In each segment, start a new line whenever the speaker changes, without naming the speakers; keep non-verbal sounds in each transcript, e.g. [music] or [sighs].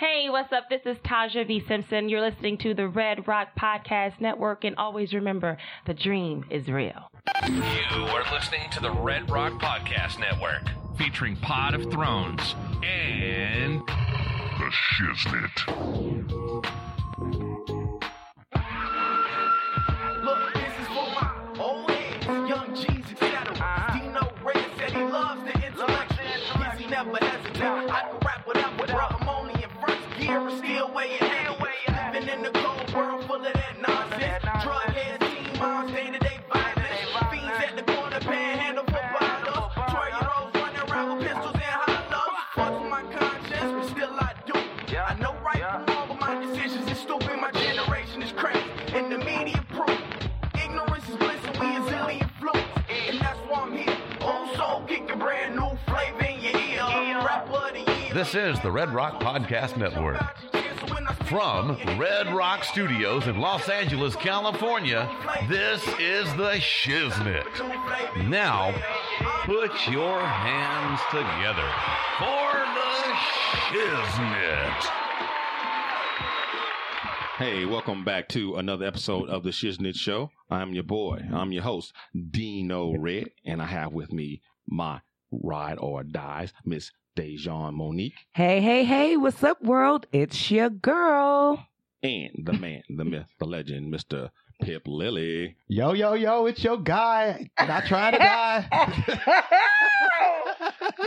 Hey, what's up? This is Taja V. Simpson. You're listening to the Red Rock Podcast Network, and always remember the dream is real.
You are listening to the Red Rock Podcast Network, featuring Pod of Thrones and
The Shiznit.
Look, this is for my old heads. Young Jeezy settle. Dino Red said he Uh-huh. loves the intellect. Yes, he never hesitates. I can rap whatever, bro. I'm only in first gear. I'm still weighing heavy. Living in the cold world full of that nonsense. Drug heads, teen moms, day-to-day violence. Fiends at the corner, panhandle for bottles. Twelve-year-olds running around with pistols and hollows. Fucks with my conscience, but still I do. I know right from wrong, but my decisions is stupid. My generation is crazy, and the media proof. Ignorance is bliss, and we is illy influenced. And that's why I'm here. Old soul kicking brand new flavor in your ear. Rapper of the year.
This is the Red Rock Podcast Network. From Red Rock Studios in Los Angeles, California, this is The Shiznit. Now, put your hands together for The Shiznit.
Hey, welcome back to another episode of the Shiznit Show. I'm your boy. I'm your host, Dino Red, and I have with me my ride or dies, Miss Dejan Monique,
Hey, hey, hey, what's up, world? It's your girl.
and the man, the myth, the legend, Mr. Pip Lilly.
Yo, yo, yo, it's your guy. Not trying
[laughs]
to die.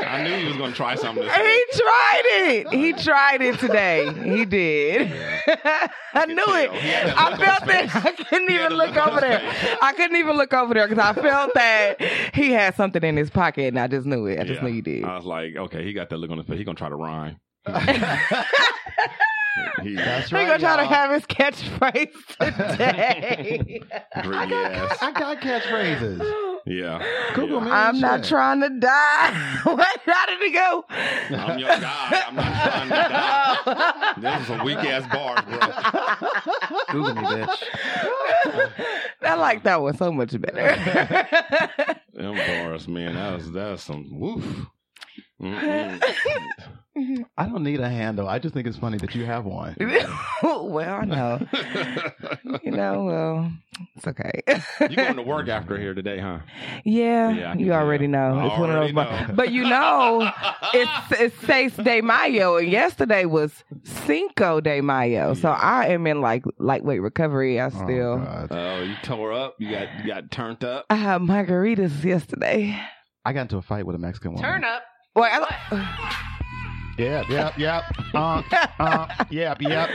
I knew you was gonna try something
he
this week.
tried it. He tried it today. He did. [laughs] I knew it.
tell. He had that
I
look on [laughs]
felt
his
that. I couldn't
He had that
even look
look on
over
his
there.
face.
I couldn't even look over there because I felt that he had something in his pocket and I just knew it. I
Yeah.
just
Uh,
knew you did.
I was like, okay, he got that look on his face. He gonna try to rhyme. He
That's
we
right.
gonna try to
y'all.
have his catchphrase
[laughs]
today.
greedy ass.
I got catchphrases.
Yeah.
Google
yeah.
me.
I'm not
Shit.
trying to die. [laughs] What? How did
[laughs]
he go?
I'm your guy. I'm not trying to die. Those are some weak ass bars, bro.
Google me, bitch.
I like that one so much better.
[laughs]
[laughs]
Them bars, man. That was that's some woof. Mm-mm.
I don't need a handle. I just think it's funny that you have one.
well,
[laughs]
I know. You know, well, it's okay. [laughs]
you going to work after here today, huh?
yeah,
Yeah, I can
you
tell.
already know.
I
It's one of those.
already know.
But you
[laughs]
know, it's it's Seis de Mayo, and yesterday was Cinco de Mayo. So I am in like lightweight recovery. I
Oh,
still
God.
Oh, you tore up. You got you got turned up.
I had margaritas yesterday.
I got into a fight with a Mexican woman. Turn up.
Wait, I,
Yep, yep, yep. Uh,
[laughs]
uh, yep, yep.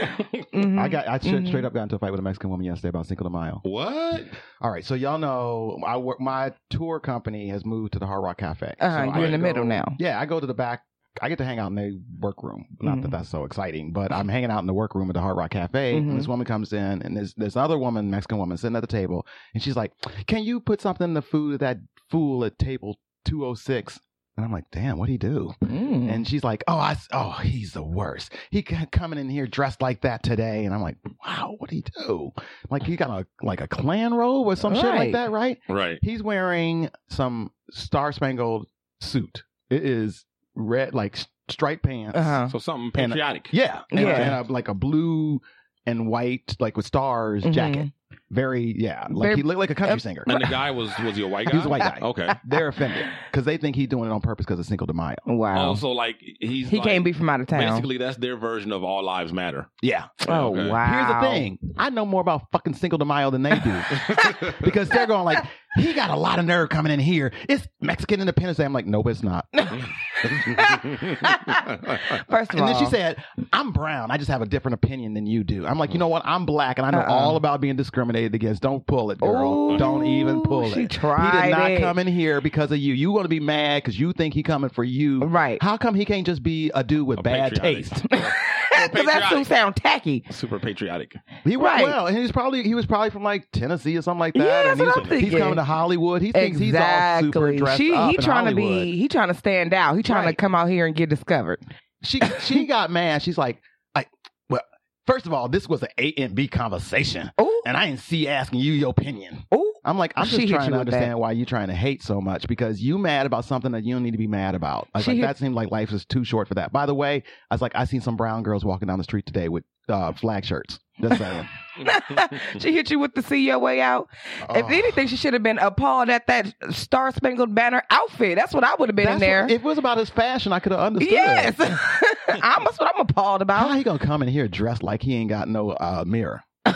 Mhm.
I got. I sh-
Mhm.
straight up got into a fight with a Mexican woman yesterday about Cinco de Mayo.
What?
All right, so y'all know I work. My tour company has moved to the Hard Rock Cafe.
Uh-huh,
So
you're
I
in the middle now.
Yeah, I go to the back. I get to hang out in the workroom. Not that
Mhm.
that's so exciting, but I'm hanging out in the workroom at the Hard Rock Cafe.
Mhm.
And this woman comes in, and there's this other woman, Mexican woman, sitting at the table, and she's like, "Can you put something in the food of that fool at table 206?" And I'm like, "Damn, what would he do?"
Mm.
And she's like, "Oh, I, s- oh, he's the worst. He c- coming in here dressed like that today." And I'm like, "Wow, what would he do? Like he got a like a clan robe or some shit
Right.
like that, right?"
Right.
He's wearing some star spangled suit. It is red, like s- striped pants.
Uh-huh.
So something
And- uh,
patriotic.
Yeah, and,
Yeah.
and a, like a blue and white, like with stars
Mhm.
jacket. Very, yeah, like
Very-
he looked like a country singer.
And the guy was was he a white guy?
He was a white guy. Um,
Okay.
They're offended because they think he's doing it on purpose because it's Cinco de Mayo.
Wow.
Also, Oh, like he's
he
like,
can't be from out of town.
Basically, that's their version of all lives matter.
Yeah.
oh
Okay.
wow.
Here's the thing: I know more about fucking Cinco de Mayo than
[laughs]
they do because they're going like, he got a lot of nerve coming in here. It's Mexican Independence Day. I'm like, no, but it's not.
First of
And
all,
then she said, I'm brown. I just have a different opinion than you do. I'm like, you know what? I'm black and I know
Uh-uh.
all about being discriminated against. Don't pull it, girl.
Ooh,
Don't even pull
she
it.
tried
he did not
it.
come in here because of you. You want to be mad because you think he coming for you.
Right.
How come he can't just be a dude with
A
bad
patriotic.
taste?
[laughs]
"Oh,
because that suit
patriotic.
sound tacky.
Super patriotic.
He went
Right.
well, and he's probably he was probably from like Tennessee or something like that.
Yeah,
and
that's what
he's,
I'm thinking.
he's coming to Hollywood. He thinks
exactly.
he's all super dressed
she
up.
he
in
trying to
Hollywood.
be he trying to stand out. He trying to
Right.
come out here and get discovered.
she
[laughs]
she got mad. She's like, like, well, first of all, this was an A and B conversation,
Oh,
and I didn't see asking you your opinion.
oh,
I'm like, I'm
She
just
hit
trying
you
to
with that.
understand why you're trying to hate so much because you mad about something that you don't need to be mad about. I was
She
like,
hit-
that seemed like life is too short for that. By the way, I was like, I seen some brown girls walking down the street today with uh, flag shirts.
[laughs]
Just saying.
she hit you with the see your way out. If
Oh.
anything, she should have been appalled at that star spangled banner outfit. That's what I would have been
That's
in there.
what- if it was about his fashion, I could have understood. [laughs]
yes, I'm, that's what I'm appalled
How
about.
he gonna come in here dressed like he ain't got no uh, mirror?
[laughs] that's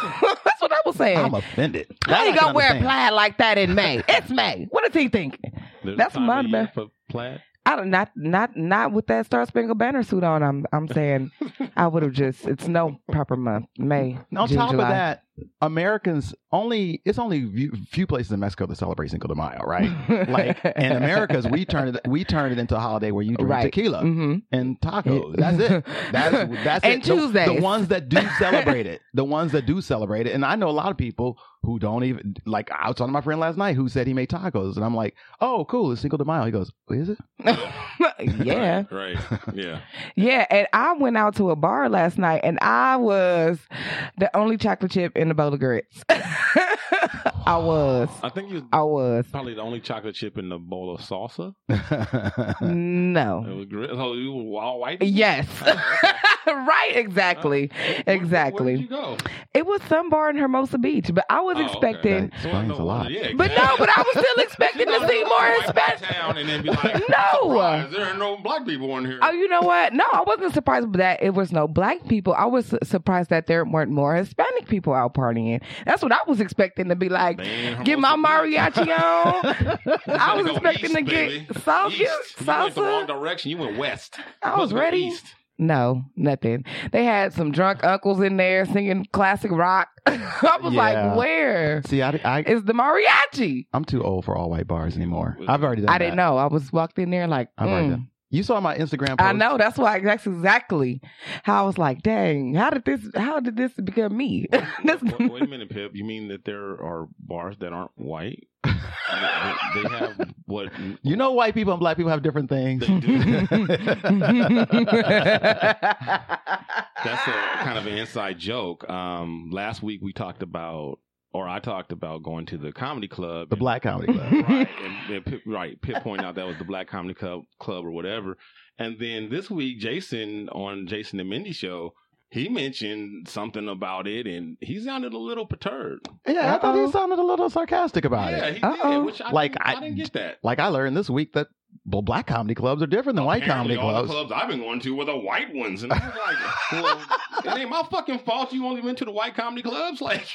what I was saying.
I'm offended.
How
That I
you
can
gonna wear
understand.
plaid like that in May? It's May. What does he think?
There's a
That's
time
my
of
bad.
year for
[laughs]
plaid.
I don't not not not with that Star Spangled Banner suit on. I'm I'm saying I would have just. It's no proper month. May.
On
June,
top
July.
of that, Americans only it's only few, few places in Mexico that celebrate Cinco de Mayo, right? like in America's, we turn it we turn it into a holiday where you drink
[laughs] Right.
tequila
hmm
and tacos. That's it.
[laughs]
That's that's it.
And
The- The,
Tuesdays.
ones that do celebrate it, the ones that do celebrate it, and I know a lot of people who don't even like. I was talking to my friend last night who said he made tacos, and I'm like, oh, cool, it's Cinco de Mayo. He goes, "Oh,
[laughs]
is it?
[laughs] yeah.
Right. Yeah.
Yeah, and I went out to a bar last night, and I was the only chocolate chip in the bowl of grits. [laughs] I was,
I think you
I was.
probably the only chocolate chip in the bowl of salsa. It
No.
was great. Oh, you were all white.
Yes. [laughs] right. Exactly.
Oh, Where did
Exactly.
you go?
It was some bar in Hermosa Beach, but I was
Oh, okay.
expecting.
That explains a lot.
Yeah,
But no, but I
[laughs]
was still expecting to see more Hispanic.
Town and then be like,
[laughs] No.
"Surprise, there are no black people in here.
Oh, you know what? No, I wasn't surprised that it was no black people. I was su- surprised that there weren't more Hispanic people out partying. That's what I was expecting to be like.
Man,
Get my
Hermosa Beach.
mariachi
[laughs]
on. I
You
was
go
expecting
east,
to
baby.
get salsa.
East. You went the wrong
salsa.
direction. You went west.
I
Supposed
was
to go
ready.
east.
No, nothing. They had some drunk uncles in there singing classic rock. [laughs] I was
Yeah.
like, where
See, I, I
is the mariachi?
I'm too old for all white bars anymore. I've already done.
I didn't
that.
know. I was walked in there like,
I've already
mm.
done. You saw my Instagram. Post.
I know. That's why. That's exactly how I was like, dang, how did this? How did this become me?
[laughs]
This-
Wait, wait a minute, Pip. You mean that there are bars that aren't
[laughs]
white? they, they have what?
You know, white people and black people have different things.
They
[laughs]
[laughs]
do.
That's
That's a
Ah.
kind of an inside joke. Um, last week we talked about, or I talked about going to the comedy club.
the
[laughs]
Black Comedy Club.
right, and, and Pip, right. Pip pointed out that was the Black Comedy Club, club or whatever. And then this week, Jason on Jason and Mindy show, he mentioned something about it, and he sounded a little perturbed.
Yeah, I thought he
Uh-oh.
sounded a little sarcastic about
yeah,
it.
he
Uh-oh.
did. Which I
Like,
didn't, I,
I-
didn't get that.
Like I learned this week that well, black comedy clubs are different than white
Apparently,
comedy
all
clubs.
the clubs I've been going to were the white ones, and I was like,
[laughs]
"Well, it ain't my fucking fault. You only went to the white comedy clubs, like."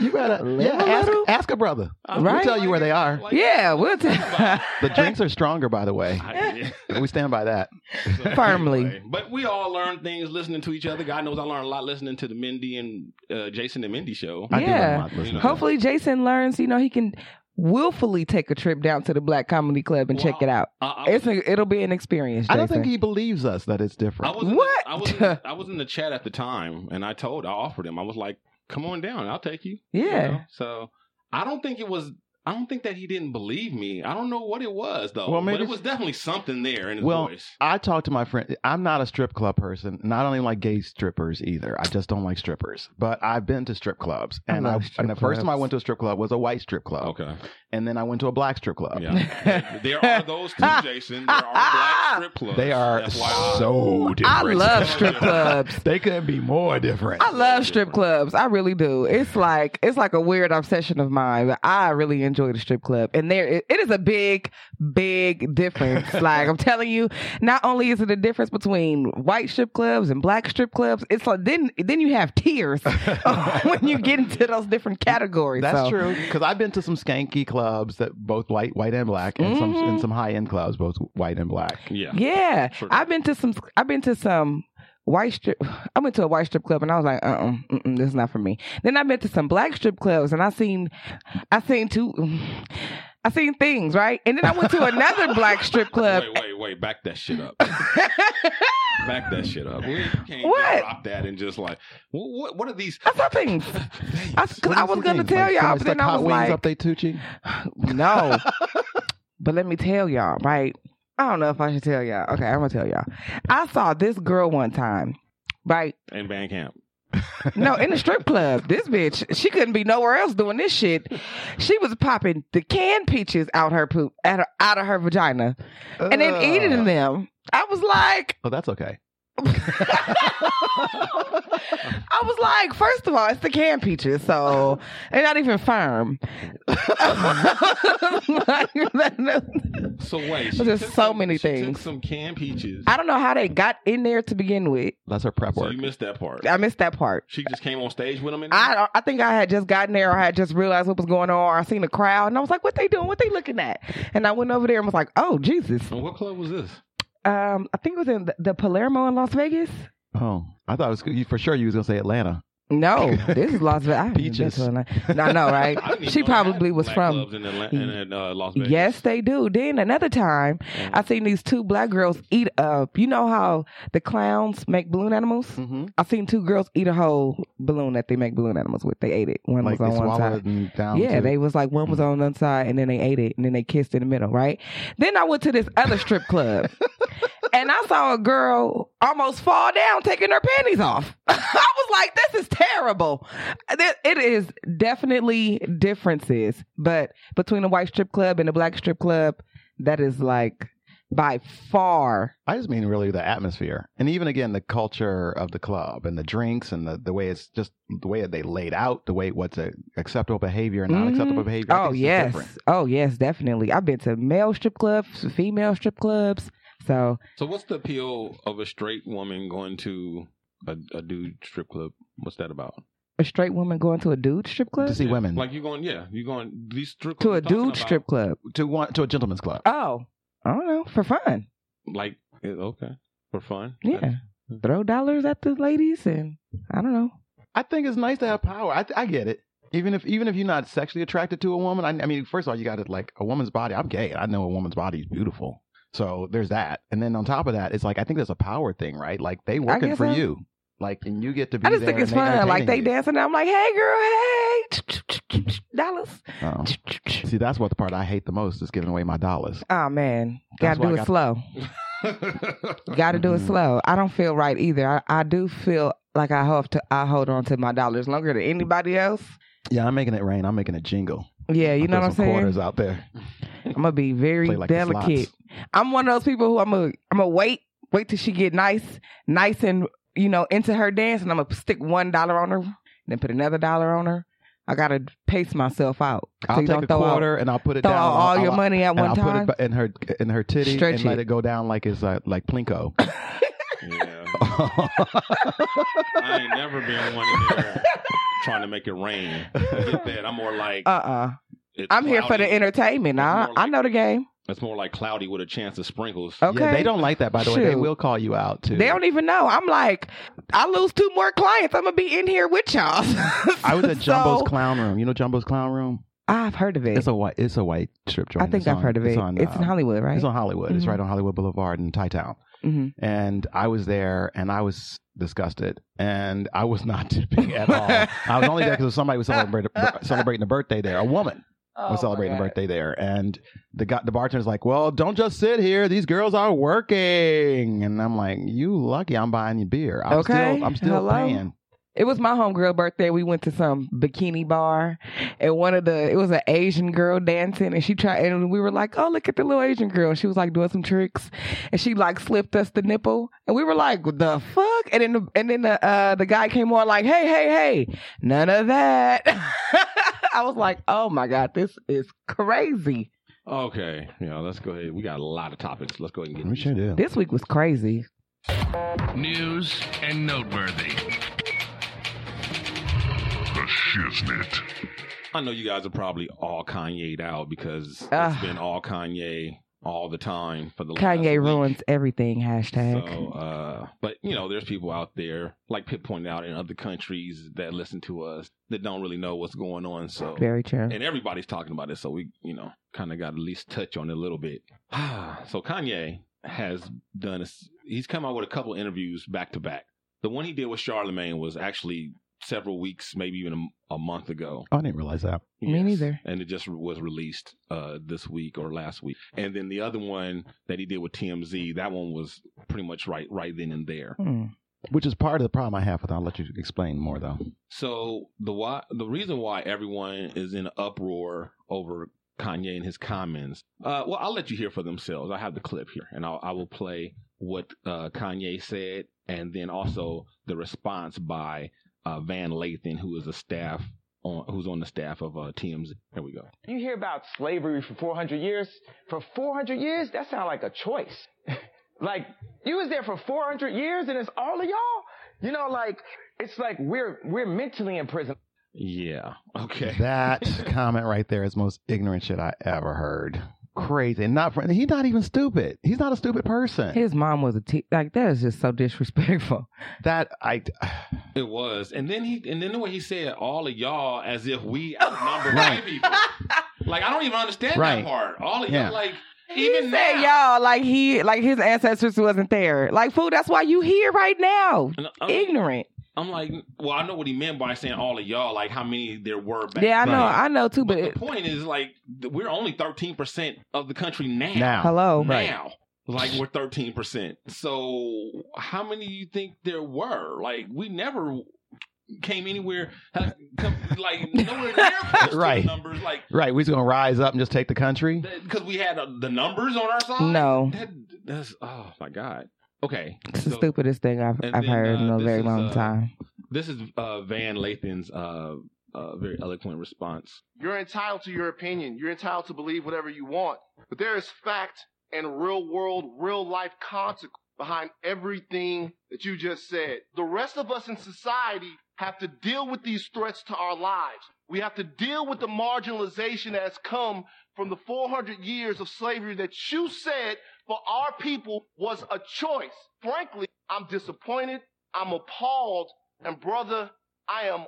You
[laughs]
better yeah,
a
ask,
little.
ask a brother.
I'm
We'll
Right?
tell you where they are.
like-
yeah, we'll [laughs] tell.
The drinks are stronger, by the way.
I-
[laughs] We stand by that. [laughs]
So,
Firmly.
anyway, but we all learn things listening to each other. God knows I learned a lot listening to the Mindy and uh, Jason and Mindy show.
I do learn
Yeah.
a lot listening.
Hopefully, Jason learns. You know, he can willfully take a trip down to the Black Comedy Club and check
Well,
it out.
I, I,
It's a, it'll be an experience.
I don't think
Jason.
he believes us that it's
I
different.
was in the-
What?
I was, in, I was in the chat at the time, and I told, I offered him. I was like, "Come on down, I'll take you." you
[laughs] Yeah.
know? So I don't think it was. I don't think that he didn't believe me. I don't know what it was though.
Well,
but
maybe-
it was definitely something there in his
Well,
voice.
I talked to my friend. I'm not a strip club person, and I don't even like gay strippers either. I just don't like strippers. But I've been to strip clubs,
I
and I,
love strip
and the first time I
clubs.
went to a strip club was a white strip club,
Okay.
and then I went to a black strip club. [laughs]
Yeah. there are those
[laughs]
two, Jason. There are black strip clubs.
They are
FYI.
so
Oh,
different.
I love strip clubs.
They couldn't be more different.
I love strip clubs. I really do. It's like it's like a weird obsession of mine, but I really enjoy the strip club. And there it- it is a big, big difference. like I'm telling you, not only is it a difference between white strip clubs and black strip clubs, it's like then then you have tears [laughs] when you get into those different categories.
That's
So,
true. Because I've been to some skanky clubs that both white, white and black, and some
Mhm.
and some high end clubs, both white and black.
Yeah.
[laughs]
Yeah.
Sure.
I've been to some I've been to some white strip [sighs] I went to a white strip club and I was like, uh uh mm-mm, this is not for me. Then I went to some black strip clubs and I seen I seen two [sighs] I seen things, right? And then I went
[laughs]
to another black strip club.
Wait, wait, wait! Back that shit
[laughs]
up. Back that shit up. We can't
What?
just drop that and just like what? What, what are these? [laughs]
I saw things. I, 'cause
What
I
is
was
the
gonna
thing?
tell
Like,
y'all,
somebody stuck
but then I
hot
was
wings
like,
up they Tucci.
[laughs] no.
[laughs]
but let me tell y'all, right? I don't know if I should tell y'all. Okay, I'm gonna tell y'all. I saw this girl one time, right?
And Bandcamp.
No, in the strip club, this bitch, she couldn't be nowhere else doing this shit. She was popping the canned peaches out her poop, out of, out of her vagina, and then eating them. I was like,
Oh, that's okay.
I was like, first of all, it's the canned peaches, so they're not even firm. [laughs] I
So wait,
There's
took
so
some-
many
she took
things.
some canned peaches.
don't know how they got in there to begin with.
That's her prep
so
work.
you missed that part.
I missed that part.
She just came on stage with them. In
I don't- I think I had just gotten there, or I had just realized what was going on, or I seen the crowd, and I was like, "What they doing? What they looking at?" And I went over there and was like, "Oh Jesus!"
And what club was this?
Um, I think it was in the, the Palermo in Las Vegas.
oh, I thought it was you for sure you was gonna say Atlanta.
No, [laughs] this is Las Vegas.
Peaches.
No, no, right?
[laughs] I didn't even
she
know they had
probably was
black
from.
clubs in, Atlanta, in, in, uh, Las Vegas. Mm.
Yes, they do. Then another time, I seen these two black girls eat up. You know how the clowns make balloon animals?
Mm.
Mm-hmm.
I seen two girls eat a whole balloon that they make balloon animals with. They ate it. One
Like
was
they
on one side.
swallowed and down.
Yeah,
Um, to- Mm.
they was like one was on one side and then they ate it and then they kissed in the middle, right? Then I went to this other strip
[laughs]
club and I saw a girl almost fall down taking her panties off. [laughs] I was like, this is terrible. Th- It is definitely differences, but between the white strip club and the black strip club, that is like by far.
I just mean really the atmosphere, and even again the culture of the club and the drinks and the, the way it's just the way that they laid out, the way what's a acceptable behavior and not acceptable
Mhm.
behavior. I
Oh
think it's just
yes,
different.
oh yes, definitely. I've been to male strip clubs, female strip clubs, so.
So what's the appeal of a straight woman going to a, a dude strip club? What's that about?
a straight woman going to a dude strip club?
to see women
Like you going, yeah, you going these strip
to
clubs
a
I'm talking
dude
about,
strip club.
to one to a gentleman's club.
Oh, I don't know. For fun.
Like yeah, okay, for fun.
Yeah.
hmm.
That's-
Throw dollars at the ladies and I don't know.
I think it's nice to have power. I, I get it. Even if even if you're not sexually attracted to a woman, I, I mean, first of all, you got to like a woman's body. I'm gay. I know a woman's body is beautiful. So there's that. And then on top of that, it's like I think there's a power thing, right? Like they working
guess
for
so.
you, like and you get to be.
I just
there
think it's
and they
fun. Like they
entertaining
dancing. I'm like, hey girl, hey, dollars.
you. Oh. See, that's what the part I hate the most is giving away my dollars.
Oh man,
That's
gotta
why I
do it
got-
slow. gotta do it
Mhm.
slow. I don't feel right either. I, I do feel like I have to. I hold on to my dollars longer than anybody else.
Yeah, I'm making it rain. I'm making it jingle.
Yeah, you
I'll
know
throw
what I'm
some
saying.
Quarters out there.
I'm gonna be very
Play like the
delicate. I'm one of those people who I'm gonna I'm gonna wait, wait till she get nice, nice and you know into her dance, and I'm gonna stick one dollar on her, then put another dollar on her. I gotta pace myself out. So
I'll
you
take
don't
a
throw out-
quarter and I'll put it
throw
down.
out all
I'll-
your
I'll-
money at
and
one
I'll put
time.
it bu- in her in her titty
Stretch
and let
it.
it go down like it's uh, like plinko.
[laughs] Yeah.
[laughs]
I ain't never been one in there trying to make it rain. Get that? I'm more like
Uh uh-uh. uh.
it's
i am here for
cloudy.
the entertainment.
It's
I
more
I
like-
know the game.
It's more like cloudy with a chance of sprinkles.
Okay.
Yeah, they don't like that. By the way, they
Shoot.
will call you out too.
They don't even know. I'm like, I lose two more clients. I'm gonna be in here with y'all. [laughs]
I was at Jumbo's
So,
Clown Room. You know Jumbo's Clown Room?
I've heard of it.
It's a white. It's a white strip joint.
I think
It's
I've
on-
heard of it. It's,
uh,
in Hollywood, right?
It's on Hollywood. It's
Mhm.
right on Hollywood Boulevard in Thai Town.
Mhm.
And I was there, and I was disgusted, and I was not [laughs] tipping at all. I was only there because somebody was celebrating,
[laughs]
celebrating a birthday there. A woman
Oh
was celebrating a birthday there, and the guy, the bartender's like, "Well, don't just sit here. These girls are working." And I'm like, "You lucky? I'm buying you beer. I'm
Okay.
Still, I'm still
Hello?
paying."
It was my homegirl birthday. We went to some bikini bar, and one of the it was an Asian girl dancing, and she tried, and we were like, "Oh, look at the little Asian girl." And she was like doing some tricks, and she like slipped us the nipple, and we were like, "The fuck!" And then the, and then the uh, the guy came on like, "Hey, hey, hey, none of that." [laughs] I was like, "Oh my god, this is crazy."
Okay. Yeah. Let's go ahead. We got a lot of topics. Let's go ahead and get.
We
these.
sure do.
This week was crazy.
News and noteworthy.
The shiznit.
I know you guys are probably all Kanye'd out because
Ugh.
it's been all Kanye all the time for the last
Kanye
week.
ruins everything. Hashtag.
So, uh, but you know, there's people out there, like Pip pointed out, in other countries that listen to us that don't really know what's going on. So,
Very true.
and everybody's talking about it. So we, you know, kind of got to at least touch on it a little bit. [sighs] so Kanye has done. A, s- he's come out with a couple interviews back to back. The one he did with Charlemagne was actually several weeks, maybe even a m- a, month ago.
Oh, I didn't realize that.
Me neither.
And it just was released uh, this week or last week. And then the other one that he did with TMZ, that one was pretty much right right then and there.
Hmm.
which is part of the problem I have with. I'll let you explain more though.
So the why the reason why everyone is in uproar over Kanye and his comments. Uh, well, I'll let you hear for themselves. I have the clip here, and I'll, I will play what uh, Kanye said, and then also the response by uh, Van Lathan, who is a staff on who's on the staff of uh, TMZ. Here we go.
You hear about slavery for 400 years. For 400 years, that sounds like a choice. [laughs] like, you was there for 400 years and it's all of y'all? You know, like, it's like we're, we're mentally in prison.
Yeah. Okay.
[laughs]
That comment right there is the most ignorant shit I ever heard. Crazy, and not fr- he's not even stupid. He's not a stupid person.
His mom was a te- like that is just so disrespectful.
that I
It was, and then he, and then the way he said all of y'all as if we
[laughs]
outnumber
Right.
white people. Like I don't even understand
Right.
that part. All of
Yeah.
y'all, like
he
even
said
now.
y'all like he like his ancestors wasn't there. Like fool, that's why you here right now.
And I'm,
Ignorant.
I'm like, well, I know what he meant by saying all of y'all, like how many there were back.
Yeah, I know,
then.
I know too, but
But
it,
the point is, like, th- we're only 13% of the country now.
now
hello.
Now. Like, we're 13%. So, how many do you think there were? Like, we never came anywhere, uh, come, like, nowhere near close to
[laughs] Right.
the numbers. Like,
right? We're just gonna rise up and just take the country.
because we had uh, the numbers on our side?
No.
That, that's, oh, my God. Okay.
It's the
so-
stupidest thing I've
and
I've
then,
heard in
uh,
a
this
very
is,
long
uh,
time.
This is uh, Van Lathan's uh, uh, very eloquent response.
You're entitled to your opinion. You're entitled to believe whatever you want. But there is fact and real world, real life consequence behind everything that you just said. The rest of us in society have to deal with these threats to our lives. We have to deal with the marginalization that has come from the 400 years of slavery that you said for our people was a choice. Frankly, I'm disappointed. I'm appalled. And brother, I am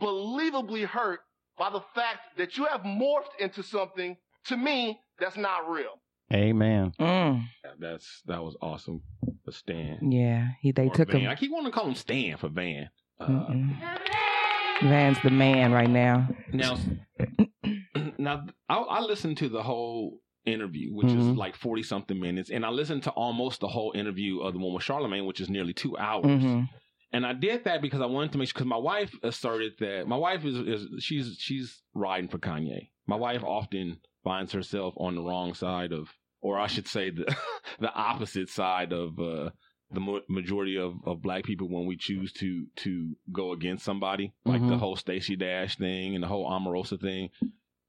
unbelievably hurt by the fact that you have morphed into something to me that's not real.
Amen.
Mm,
Yeah, That's That was awesome. But Stan.
yeah, he they
or
took
Van.
him.
I keep wanting to call him Stan for Van. Uh,
Mm-mm. Van's the man right now.
now, now I, I listened to the whole interview, which
Mhm.
is like forty something minutes, and I listened to almost the whole interview of the one with Charlemagne, which is nearly two hours.
hmm
And I did that because I wanted to make sure. Because my wife asserted that my wife is, is she's she's riding for Kanye. My wife often finds herself on the wrong side of, or I should say, the [laughs] the opposite side of uh, the mo- majority of, of black people when we choose to to go against somebody, like the
Mhm.
whole Stacey Dash thing and the whole Omarosa thing.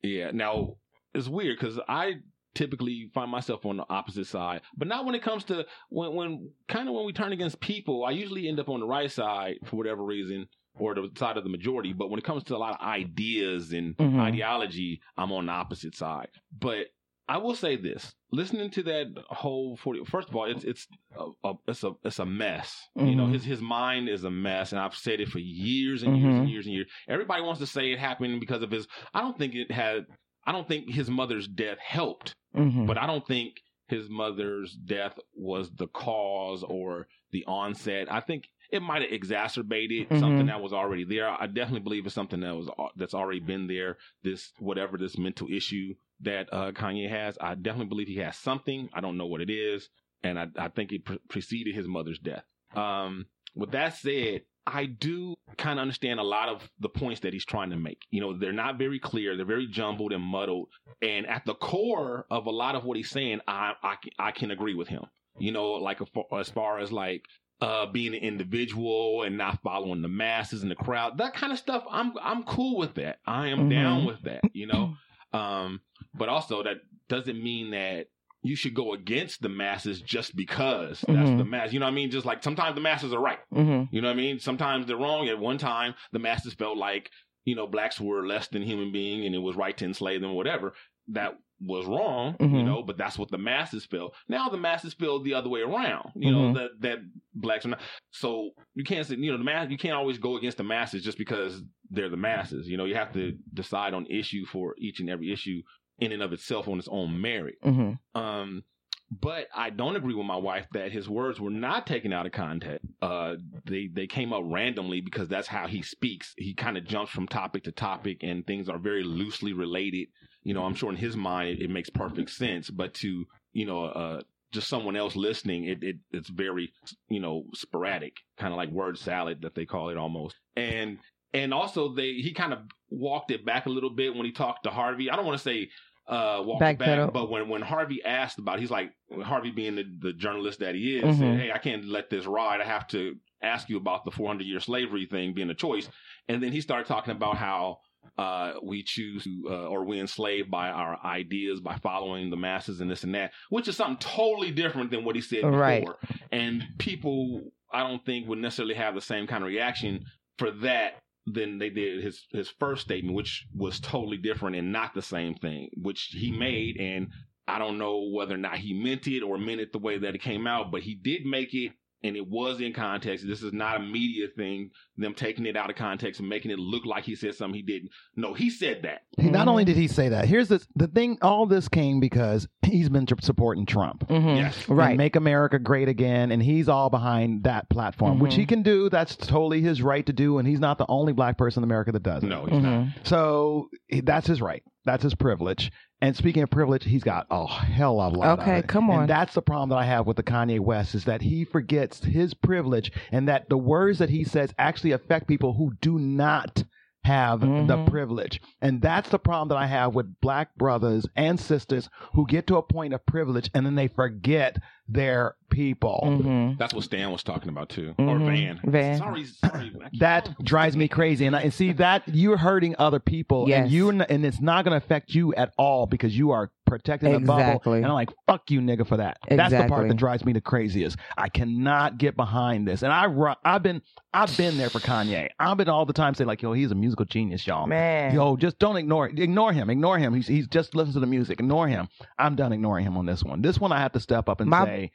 Yeah. Now it's weird because I typically find myself on the opposite side, but not when it comes to when when kind of when we turn against people. I usually end up on the right side for whatever reason. Or the side of the majority, but when it comes to a lot of ideas and
Mhm.
ideology, I'm on the opposite side. But I will say this: listening to that whole forty. First of all, it's it's a, a it's a it's a mess. You know,
Mhm.
his his mind is a mess, and I've said it for years and years and
Mhm.
years and years. Everybody wants to say it happened because of his. I don't think it had. I don't think his mother's death helped,
hmm
but I don't think his mother's death was the cause or the onset. I think it might have exacerbated
Mhm.
something that was already there. I definitely believe it's something that was al- that's already been there. This whatever this mental issue that uh, Kanye has, I definitely believe he has something. I don't know what it is, and I, I think it pre- preceded his mother's death. Um, with that said, I do kind of understand a lot of the points that he's trying to make. You know, they're not very clear. They're very jumbled and muddled. And at the core of a lot of what he's saying, I I, c- I can agree with him. You know, like a fo- as far as like uh being an individual and not following the masses and the crowd, that kind of stuff. I'm I'm cool with that. I am
Mhm.
down with that. You know, um, but also that doesn't mean that you should go against the masses just because that's
Mhm.
the mass. You know what I mean? Just like sometimes the masses are right.
hmm
You know what I mean? Sometimes they're wrong. At one time, the masses felt like, you know, blacks were less than human being and it was right to enslave them or whatever. That was wrong, you
Mhm.
know, but that's what the masses felt. Now the masses feel the other way around, you know,
Mhm.
that, that blacks are not. So you can't say, you know, the mass, you can't always go against the masses just because they're the masses. You know, you have to decide on issue for each and every issue in and of itself on its own merit.
hmm
Um, but I don't agree with my wife that his words were not taken out of context. Uh, they they came up randomly because that's how he speaks. He kind of jumps from topic to topic, and things are very loosely related. You know, I'm sure in his mind it, it makes perfect sense, but to you know a just someone else listening, it, it it's very you know sporadic, kind of like word salad that they call it almost. And and also they he kind of walked it back a little bit when he talked to Harvey. I don't want to say uh walk it back,
Backpedal.
but when when Harvey asked about, it, he's like Harvey being the, the journalist that he is, said,
Mhm.
"Hey, I can't let this ride. I have to ask you about the 400 year slavery thing being a choice." And then he started talking about how uh, we choose to, uh, or we enslaved by our ideas by following the masses and this and that, which is something totally different than what he said
Right.
before. And people, I don't think, would necessarily have the same kind of reaction for that than they did his his first statement, which was totally different and not the same thing, which he made. And I don't know whether or not he meant it or meant it the way that it came out, but he did make it. And it was in context. This is not a media thing, them taking it out of context and making it look like he said something he didn't. No, he said that.
He- Not only did he say that, here's this, the thing. All this came because he's been tr- supporting Trump.
Mhm.
Yes.
and
Right.
make America great again. And he's all behind that platform, which
Mm-hmm.
he can do. That's totally his right to do. And he's not the only black person in America that does it.
No, he's not.
Mhm.
So he- that's his right. That's his privilege. And speaking of privilege, he's got a hell of a lot. of
Okay,
it.
come on.
And that's the problem that I have with the Kanye West is that he forgets his privilege and that the words that he says actually affect people who do not have
Mm-hmm.
the privilege. And that's the problem that I have with black brothers and sisters who get to a point of privilege and then they forget their people.
Mhm.
That's what Stan was talking about too, or
Mhm.
Van.
Van.
Sorry, sorry. I keep-
Mm-hmm. That
Oh.
drives me crazy, and I, and see that you're hurting other people,
Yes.
and you and it's not going to affect you at all because you are protecting the bubble.
Exactly.
And I'm like, fuck you, nigga, for that. That's the part
Exactly.
that drives me the craziest. I cannot get behind this, and I ru- I've been I've been there for Kanye. I've been all the time saying like, yo, he's a musical genius, y'all.
Man.
Yo, just don't ignore it. Ignore him. Ignore him. He's, he's just listen to the music. Ignore him. I'm done ignoring him on this one. This one I have to step up and
My-
say,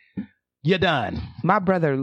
you're done.
My brother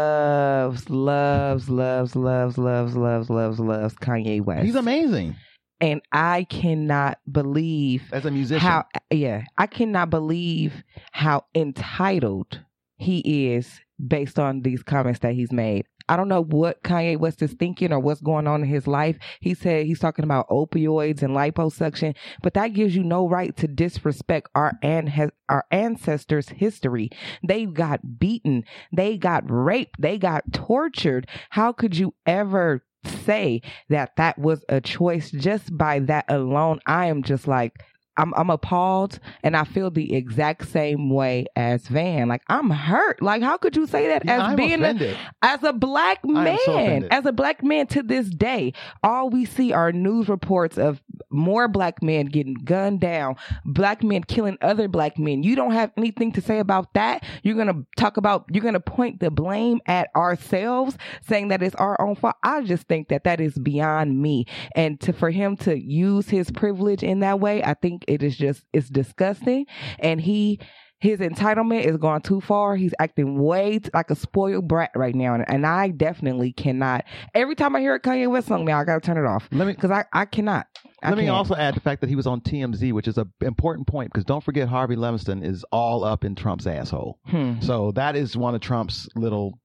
loves, loves, loves, loves, loves, loves, loves, loves Kanye West.
He's amazing
And I cannot believe
as a musician.
how yeah, I cannot believe how entitled he is based on these comments that he's made. I don't know what Kanye West is thinking or what's going on in his life. He said he's talking about opioids and liposuction, but that gives you no right to disrespect our and our ancestors' history. They got beaten, they got raped, they got tortured. How could you ever say that that was a choice just by that alone? I am just like I'm I'm appalled and I feel the exact same way as Van. Like I'm hurt. Like how could you say that
Yeah,
as
I'm
being a,
offended.
as a black
I
man?
am so offended.
as a black man to this day, all we see are news reports of more black men getting gunned down, black men killing other black men. You don't have anything to say about that. You're gonna talk about you're gonna point the blame at ourselves, saying that it's our own fault. I just think that that is beyond me and to for him to use his privilege in that way i think it is just it's disgusting and he his entitlement is gone too far he's acting way t- like a spoiled brat right now and, and i definitely cannot every time i hear a kanye west song now i gotta turn it off
Let me
because i i cannot I
Let me
can't.
also add the fact that he was on TMZ, which is an important point because don't forget Harvey Levinson is all up in Trump's asshole.
Hmm.
So that is one of Trump's little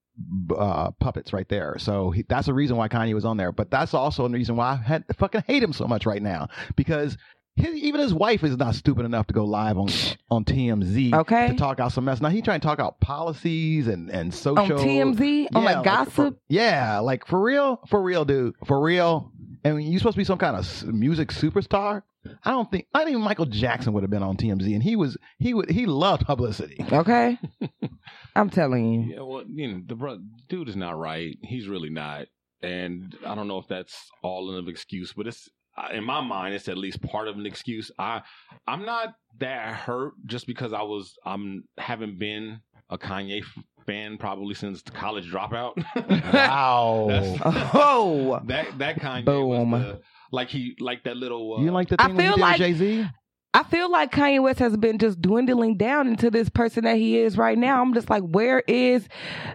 uh, puppets right there. So he, that's the reason why Kanye was on there. But that's also the reason why I had, fucking hate him so much right now because his, even his wife is not stupid enough to go live
[sighs]
on on TMZ
Okay.
to talk out some mess. Now he trying to talk out policies and and social
on tmz on like Oh gossip
for- yeah, like for real, for real, dude, for real. And you supposed to be some kind of s- music superstar. I don't think not even Michael Jackson would have been on TMZ, and he was he would he loved publicity.
okay i'm telling you
Yeah, well, you know, the bro- dude is not right. He's really not, and I don't know if that's all an excuse, but it's I- in my mind, it's at least part of an excuse. I, I'm not that hurt just because I was, I'm haven't been a Kanye f- fan probably since the college dropout. [laughs]
Wow,
That's-
oh
that that Kanye,
Boom.
Was the, like he, like that little. Uh,
you like the
I
thing when he
feel
did
like-
Jay Z?
[laughs] I feel like Kanye West has been just dwindling down into this person that he is right now. I'm just like, where is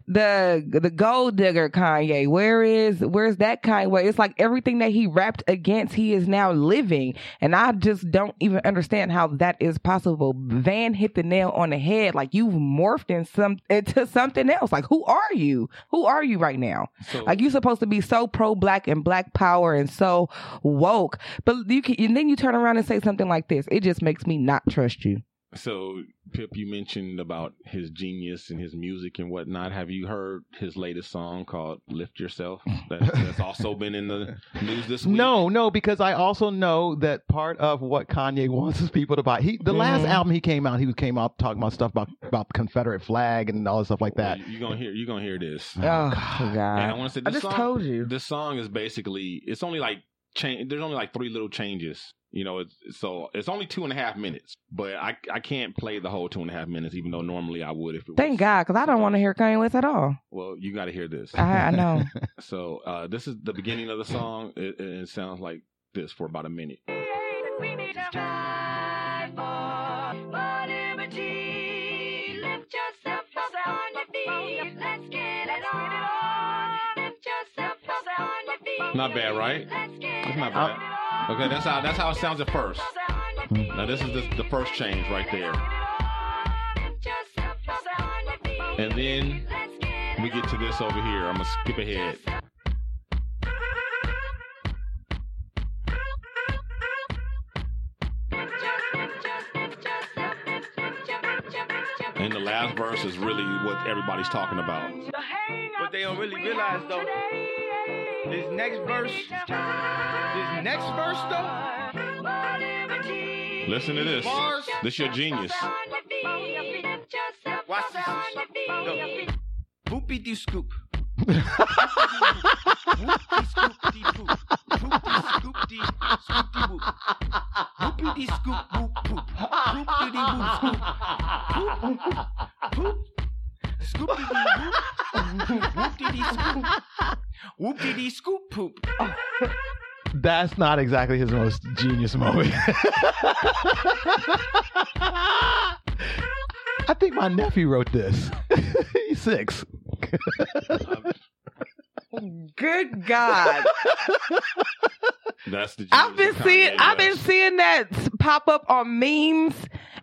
the the gold digger Kanye? Where is where's that Kanye? It's like everything that he rapped against, he is now living, and I just don't even understand how that is possible. Van hit the nail on the head. Like you've morphed in some into something else. Like who are you? Who are you right now?
so,
Like you're supposed to be so pro black and black power and so woke, but you can, and then you turn around and say something like this. It just makes me not trust you.
So, Pip, you mentioned about his genius and his music and whatnot. Have you heard his latest song called "Lift Yourself"?
[laughs]
That, that's also been in the news this week.
No, no, because I also know that part of what Kanye [laughs] wants is people to buy. He the last
Mm-hmm.
album he came out, he came out talking about stuff about about the Confederate flag and all this stuff like that.
you, are gonna hear. You are gonna hear this.
Oh, [laughs] God.
And I want to say
I
this
just
song,
told you.
This song is basically it's only like change. There's only like three little changes. You know, it's, so it's only two and a half minutes, but I I can't play the whole two and a half minutes, even though normally I would if it was.
Thank God, Uh, because I don't want to hear Kanye West at all.
Well, you got to hear this.
I, I know.
So uh, this is the beginning of the song. It, it it sounds like this for about a minute. Not bad, right? That's not bad. Okay, that's how that's how it sounds at first. Now this is the, the first change right there, and then we get to this over here. I'm gonna skip ahead. And the last verse is really what everybody's talking about.
What they don't really realize though, this next verse, this next verse though,
Listen to this. This your genius.
watch this. Look. Boopy doo scoop. Whoopty scoop dee poop. Poopty scoop dee scoop dee whoop. Whoopy dee scoop whoop poop. Poop dee dee whoop scoop. Poop. Poop. Scoop dee dee whoop. Whoop dee dee scoop. Whoop dee dee scoop poop.
That's not exactly his most genius moment. [laughs] I think my nephew wrote this. [laughs] He's six.
Good God.
That's the genius.
I've been
of Kanye
seeing I've been
West.
seeing that s- pop up on memes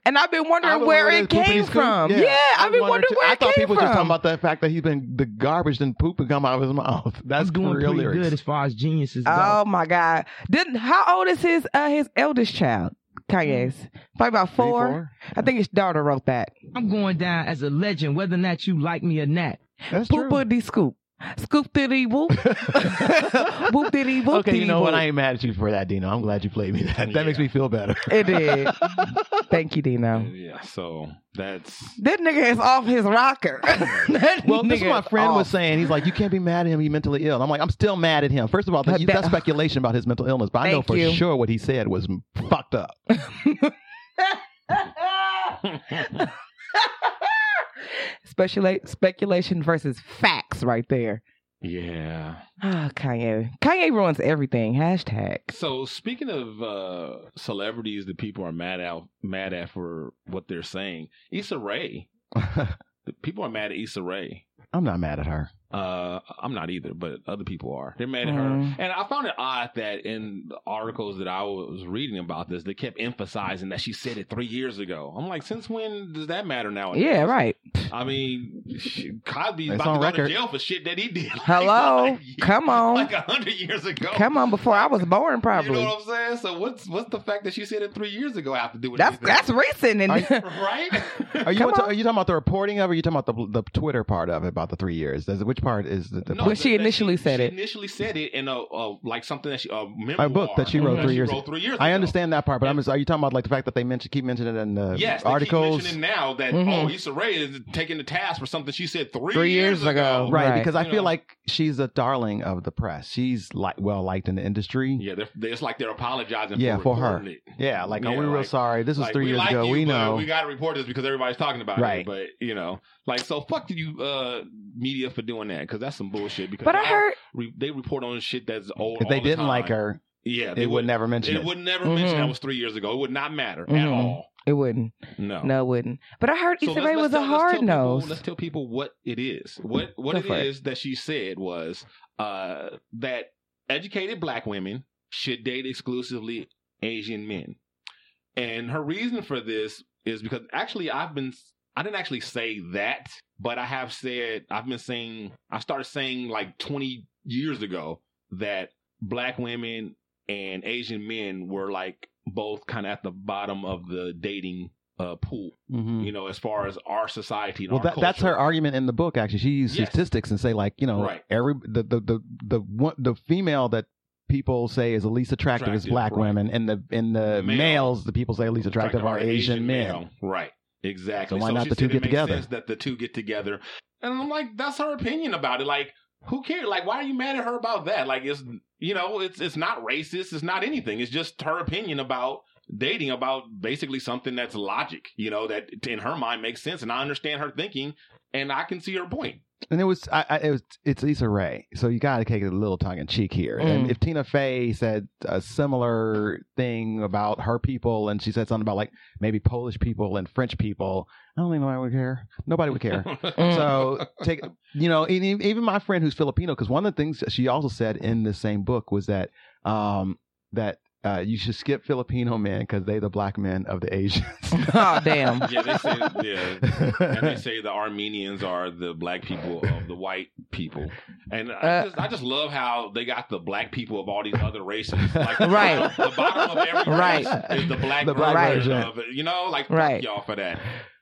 and I've been wondering
I've been
where
wondering
it
if Poopity
came
Scoop-
from. Yeah, I've been wondering
too.
where
I
it
thought
came
people
from.
just talking about the fact that he's been the garbage and poop and come out of his mouth. [laughs] That's
doing
real
pretty
lyrics.
good as far as geniuses go.
Oh my God! Didn't how old is his uh his eldest child? Kanye's probably about four.
four?
I think his daughter wrote that.
I'm going down as a legend, whether or not you like me or not.
That's true. [laughs]
[laughs] Poopa de scoop, scoop diddy whoop, whoop diddy whoop.
Okay, you know what?
diddy
I ain't mad at you for that, Dino. I'm glad you played me that. That
Yeah.
makes me feel better.
whoop. [laughs] It did. Thank you, Dino.
Yeah, so that's
That nigga is off his
[laughs]
rocker. That
Well, this is
nigga
what my friend
off.
was saying. He's like, you can't be mad at him. He's mentally ill. And I'm like, I'm still mad at him. First of all, that,
But that-
that's speculation about his mental illness, but I know
Thank
for
you.
sure what he said was m- fucked [laughs] up.
[laughs] Specula- speculation versus facts, right there.
yeah.
Ah, Kanye. Kanye ruins everything. Hashtag.
So speaking of uh celebrities that people are mad at mad at for what they're saying, Issa Rae. The people are mad at Issa Rae.
I'm not mad at her.
Uh, I'm not either, but other people are. They're mad at
Mhm.
her, and I found it odd that in the articles that I was reading about this, they kept emphasizing that she said it three years ago. I'm like, since when does that matter now?
Yeah, right.
I mean, sh- Cosby's
It's
about to
on
go
record.
to jail for shit that he did. [laughs] like-
Hello?
like,
Come on.
like a hundred years ago.
Come on, before I was born, probably.
You know what I'm saying? So what's what's the fact that she said it three years ago have to do with
that's
anything?
that's recent. And
Are-
[laughs] right.
Are you,
Come
what-
on.
are you talking about the reporting of it? Or are you talking about the, the Twitter part of it about the three years? Does, which part is the, the
[laughs]
No,
When
that-
she
that
initially said
she
it.
Initially said it in a, a like something that she a memoir,
a book that she wrote
that
three
she
years
wrote
ago.
three years
I
ago.
understand that part, but I'm just, are you talking about like the fact that they mention keep mentioning it in the
Yes,
Uh,
articles.
articles? Mm-hmm.
They keep mentioning now that
Mhm.
oh, Issa Rae is taking the task for something she said three,
Three years ago.
Right,
Right.
because I
You
feel
know.
like she's a darling of the press. She's like well liked in the industry.
Yeah, they're, they it's like they're apologizing.
Yeah,
for,
for her.
recording it.
Yeah, like oh,
Yeah,
we're real
like-
sorry. This was
Like,
three years
like
ago.
you,
we
but
know.
we got to report this because everybody's talking about
Right.
it. But you know, like so, fuck you, uh, media for doing that because that's some bullshit. Because
[laughs] but I
y'all [laughs]
heard
re- they report on shit that's old.
if
all
they
the
didn't
time.
like her,
yeah,
they would never mention it.
It would never
Mhm.
mention that was three years ago. It would not matter at
Mhm.
all.
it wouldn't.
No,
No, it wouldn't. But I heard
Oh. So
Issa
let's-
Rae
let's
was
tell-
a
let's tell
hard
people-
nose.
Let's tell people what it is. What what
Go
it
for it.
is that she said was uh, that educated black women should date exclusively Asian men, and her reason for this is because actually I've been I didn't actually say that, but I have said I've been saying I started saying like twenty years ago that black women and Asian men were like both kind of at the bottom of the dating uh, pool.
Mhm.
You know, as far as our society. And
Well,
our
that, that's
culture.
her argument in the book. Actually, she used
Yes.
statistics and say like, you know,
Right.
every the the the the, one, the female that people say is the least attractive, is
Attractive,
black
right.
women, and the and the
Male.
males the people say least attractive, are Asian, men.
male. Right. Exactly.
So why not
she
the two
said it
get
makes
together?
sense That the two get together, and I'm like, that's her opinion about it. Like, who cares? Like, why are you mad at her about that? Like, it's you know, it's it's not racist. It's not anything. It's just her opinion about dating about basically something that's logic. You know, that in her mind makes sense, and I understand her thinking, and I can see her point.
And it was, I, I, it was, it's Issa Rae, so you got to take it a little tongue in cheek here. And
Mm.
if Tina Fey said a similar thing about her people, and she said something about like maybe Polish people and French people, I don't think nobody would care. Nobody would care.
[laughs]
Mm.
so take, you know, and e- even my friend who's Filipino, because one of the things that she also said in the same book was that, um, that. Uh, you should skip Filipino men because they the black men of the Asians.
[laughs] oh damn!
yeah, they say yeah,
[laughs]
and they say the Armenians are the black people of the white people, and I,
Uh.
just, I just love how they got the black people of all these other races.
[laughs]
Like
Right.
the bottom of every
Right.
race is the black,
The black
version
version.
of it. You know, like fuck
Right.
y'all for that.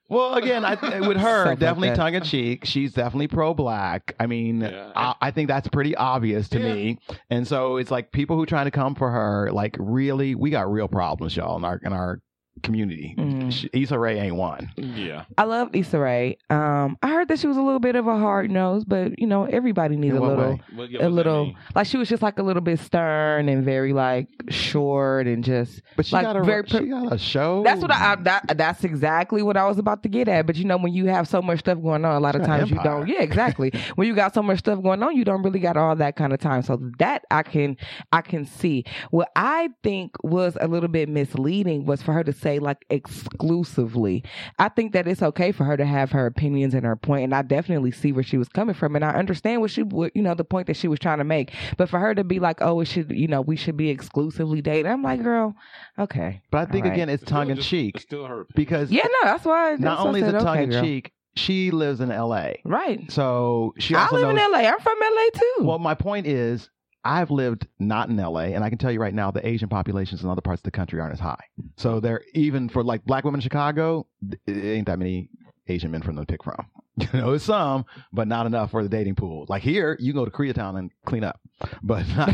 Well, again,
[laughs]
I, with
Stuff
her,
like
definitely
that.
tongue in cheek. She's definitely pro black. I mean, I, I think that's pretty obvious to me. And so it's like people who trying to come for her, like really, we got real problems, y'all, in our in our community.
Mm.
She- Issa Rae ain't one.
Yeah.
I loved Issa Rae. Um, I heard that she was a little bit of a hard nose, but you know everybody needs
In
a
what
little,
way?
What-
a little. Like she was just like a little bit stern and very like short and just.
But she
like,
got a-
per-
she got a show.
That's what
Oh.
I, I that, that's exactly what I was about to get at. But you know when you have so much stuff going on, a lot of
She's got an
times you
empire.
don't.
[laughs]
Yeah, exactly. when you got so much stuff going on, you don't really got all that kind of time. So that I can I can see. What I think was a little bit misleading was for her to say like exclusively. I think that it's okay for her to have her opinions and her point, and I definitely see where she was coming from, and I understand what she would you know the point that she was trying to make. But for her to be like, oh, it should you know we should be exclusively dating. I'm like, girl, okay.
But I think
All right.
again, it's tongue in cheek.
Still her
because
Yeah, no, that's why. that's
not
why I
only is
said,
it tongue
okay,
in
girl.
cheek, she lives in L.A.
Right.
So she.
I
also
live in
knows-
LA. I'm from LA too.
Well, my point is, I've lived not in LA, and I can tell you right now, the Asian populations in other parts of the country aren't as high. So they're even for like black women in Chicago, th- it ain't that many Asian men from them to pick from. [laughs] You know, it's some, but not enough for the dating pool. Like here, you can go to Koreatown and clean up, but [laughs] not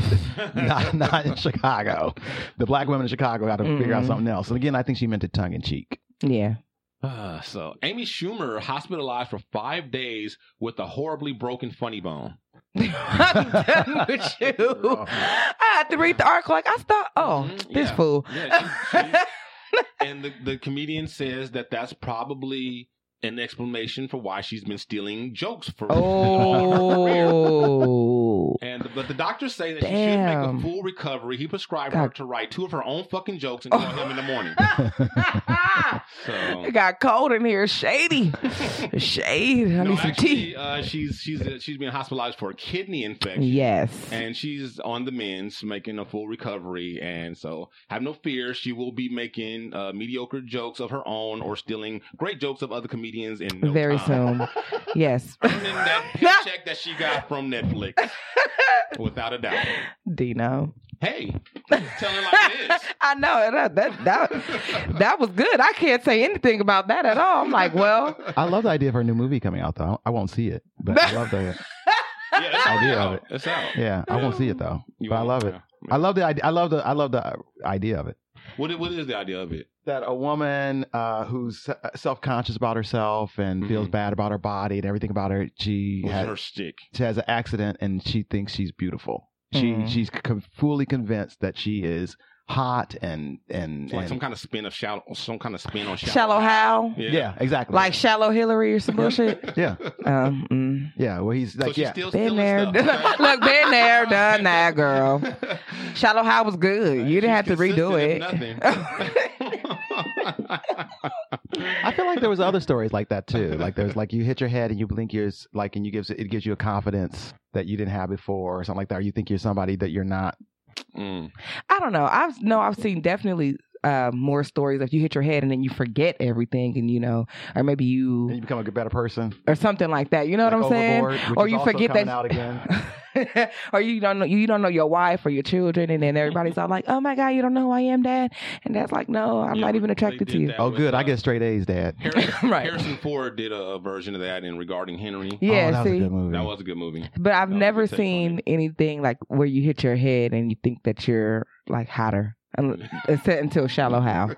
not, not in Chicago. The black women in Chicago got to figure out
Mm.
something else. And again, I think she meant it tongue in cheek. [laughs]
Yeah. [laughs]
Uh, so Amy Schumer hospitalized for five days with a horribly broken funny bone.
I'm done with
[laughs]
you. I had to read the article. Like I thought, oh,
Mm-hmm,
this
Yeah. [laughs]
fool.
Yeah, she- she- and the, the comedian says that that's probably an explanation for why she's been stealing jokes for all her career. [laughs]
Oh.
And but the doctors say that she should make
Damn.
a full recovery. He prescribed her
God.
to write two of her own fucking jokes and call him in the
[laughs]
morning. so
It got cold in
[laughs]
here. Shady. Shade. I
no,
need some
actually,
tea.
uh, she's she's she's been hospitalized for a kidney infection.
Yes.
and she's on the mends, making a full recovery. And so, have no fear, she will be making uh, mediocre jokes of her own or stealing great jokes of other comedians in no
Very
time. [laughs]
soon. yes.
Earning that paycheck that she got from
[laughs]
Netflix, without a doubt.
[laughs] Dino.
Hey,
[laughs]
I know that that that, that was good. I can't say anything about that at all. I'm like, well,
I love the idea of her new movie coming out though. I won't see it, but I love the idea of it.
It's out.
Yeah, I won't see it though, but I love it. I love the idea. I love the. I love the uh, idea of it.
What i- what is the idea of it?
That a woman uh, who's self conscious about herself and feels bad about her body and everything about her, she
What's
has,
her stick?
she has an accident and she thinks she's beautiful. She
Mhm.
she's con- fully convinced that she is hot and and,
It's like
and-
some kind of spin of shallow, some kind of spin on shallow.
shallow how?
yeah. exactly
Like shallow Hillary or some bullshit.
yeah
[laughs] um
yeah well he's like
she's
yeah
still Been
[laughs]
[laughs]
there, [laughs] look, been there, done that, girl. Shallow High was good. You didn't have to redo
it.
[laughs]
I feel like there was other stories like that too. Like there's like you hit your head and you blink your like and you gives it gives you a confidence that you didn't have before
Mm,
or something like that. Or you think you're somebody that you're not.
I don't know. I've no, I've seen definitely uh, more stories. If you hit your head and then you forget everything, and you know, or maybe you
and you become a better person
or something like that. You know what I'm
Overboard,
saying?
which
Or
is
you
also
forget
coming
that
out again.
[laughs] or you don't know you don't know your wife or your children, and then everybody's all like, "Oh my god, you don't know who I am, Dad," and that's like, "No, I'm not even attracted to you."
Oh, good. I get straight A's, Dad. [laughs]
Harrison,
Right.
uh, Harrison Ford did a, a version of that in regarding Henry.
Yeah, Oh, that was a see? good
movie.
That was a good movie.
But
That
I've
was a
never
good take on it.
seen anything like where you hit your head and you think that you're like hotter,
[laughs]
Un- except until Shallow Hal.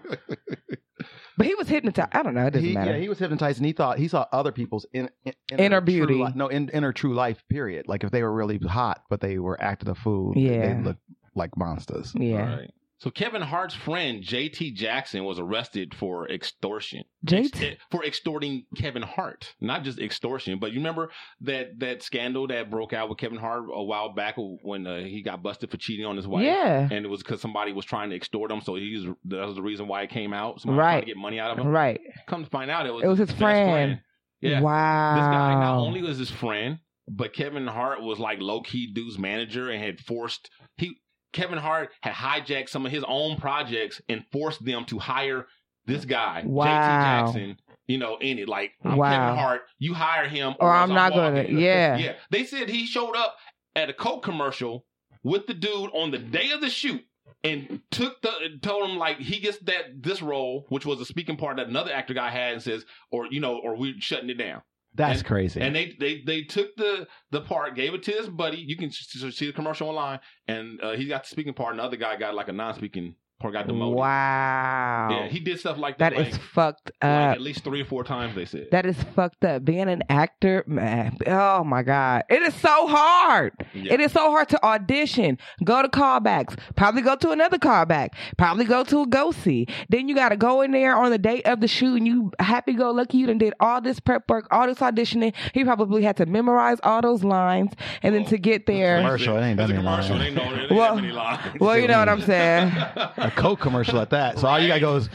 But he was hypnotized. I don't know. It doesn't
He,
matter.
yeah, he was hypnotized, and he thought he saw other people's in, in-
Inner
true
beauty.
li- no, in, inner true life. Period. Like if they were really hot, but they were acting a fool.
Yeah.
they looked like monsters.
yeah.
All right. So Kevin Hart's friend JT Jackson was arrested for extortion.
JT?
Ex- for extorting Kevin Hart, not just extortion, but you remember that that scandal that broke out with Kevin Hart a while back when uh, he got busted for cheating on his wife.
Yeah.
and it was because somebody was trying to extort him, so he's that was the reason why it came out. Somebody
Right.
trying to get money out of him.
Right.
Come to find out, it was
It was his
best
friend.
Yeah.
Wow.
This guy not only was his friend, but Kevin Hart was like low key dude's manager and had forced he Kevin Hart had hijacked some of his own projects and forced them to hire this guy,
Wow.
JT Jackson. You know, in it like I'm
Wow.
Kevin Hart, you hire him,
Or
else
I'm not
walking.
gonna- yeah.
yeah. They said he showed up at a Coke commercial with the dude on the day of the shoot and took the and told him like he gets that this role, which was a speaking part that another actor guy had, and says, or you know, or we're shutting it down.
That's
And-
crazy.
And they they they took the the part, gave it to his buddy. You can s- s- see the commercial online, and uh, he got the speaking part. Another guy got like a non-speaking part, got demoted.
Wow.
Yeah, he did stuff like
That
that.
is
like,
fucked
like
up.
at least three or four times. They said
That is fucked up. Being an actor, man. Oh my God. It is so hard.
Yeah.
It is so hard to audition, go to callbacks, probably go to another callback, probably go to a go see. Then you got to go in there on the day of the shoot and you happy go lucky you done did all this prep work, all this auditioning. He probably had to memorize all those lines and then to get there.
commercial. It ain't that
It's a
many
commercial. They
lines.
know it ain't
Well-
that many lines.
Well, you know what
[laughs]
I'm saying.
A Coke commercial at that. So all you got to go
[laughs]
is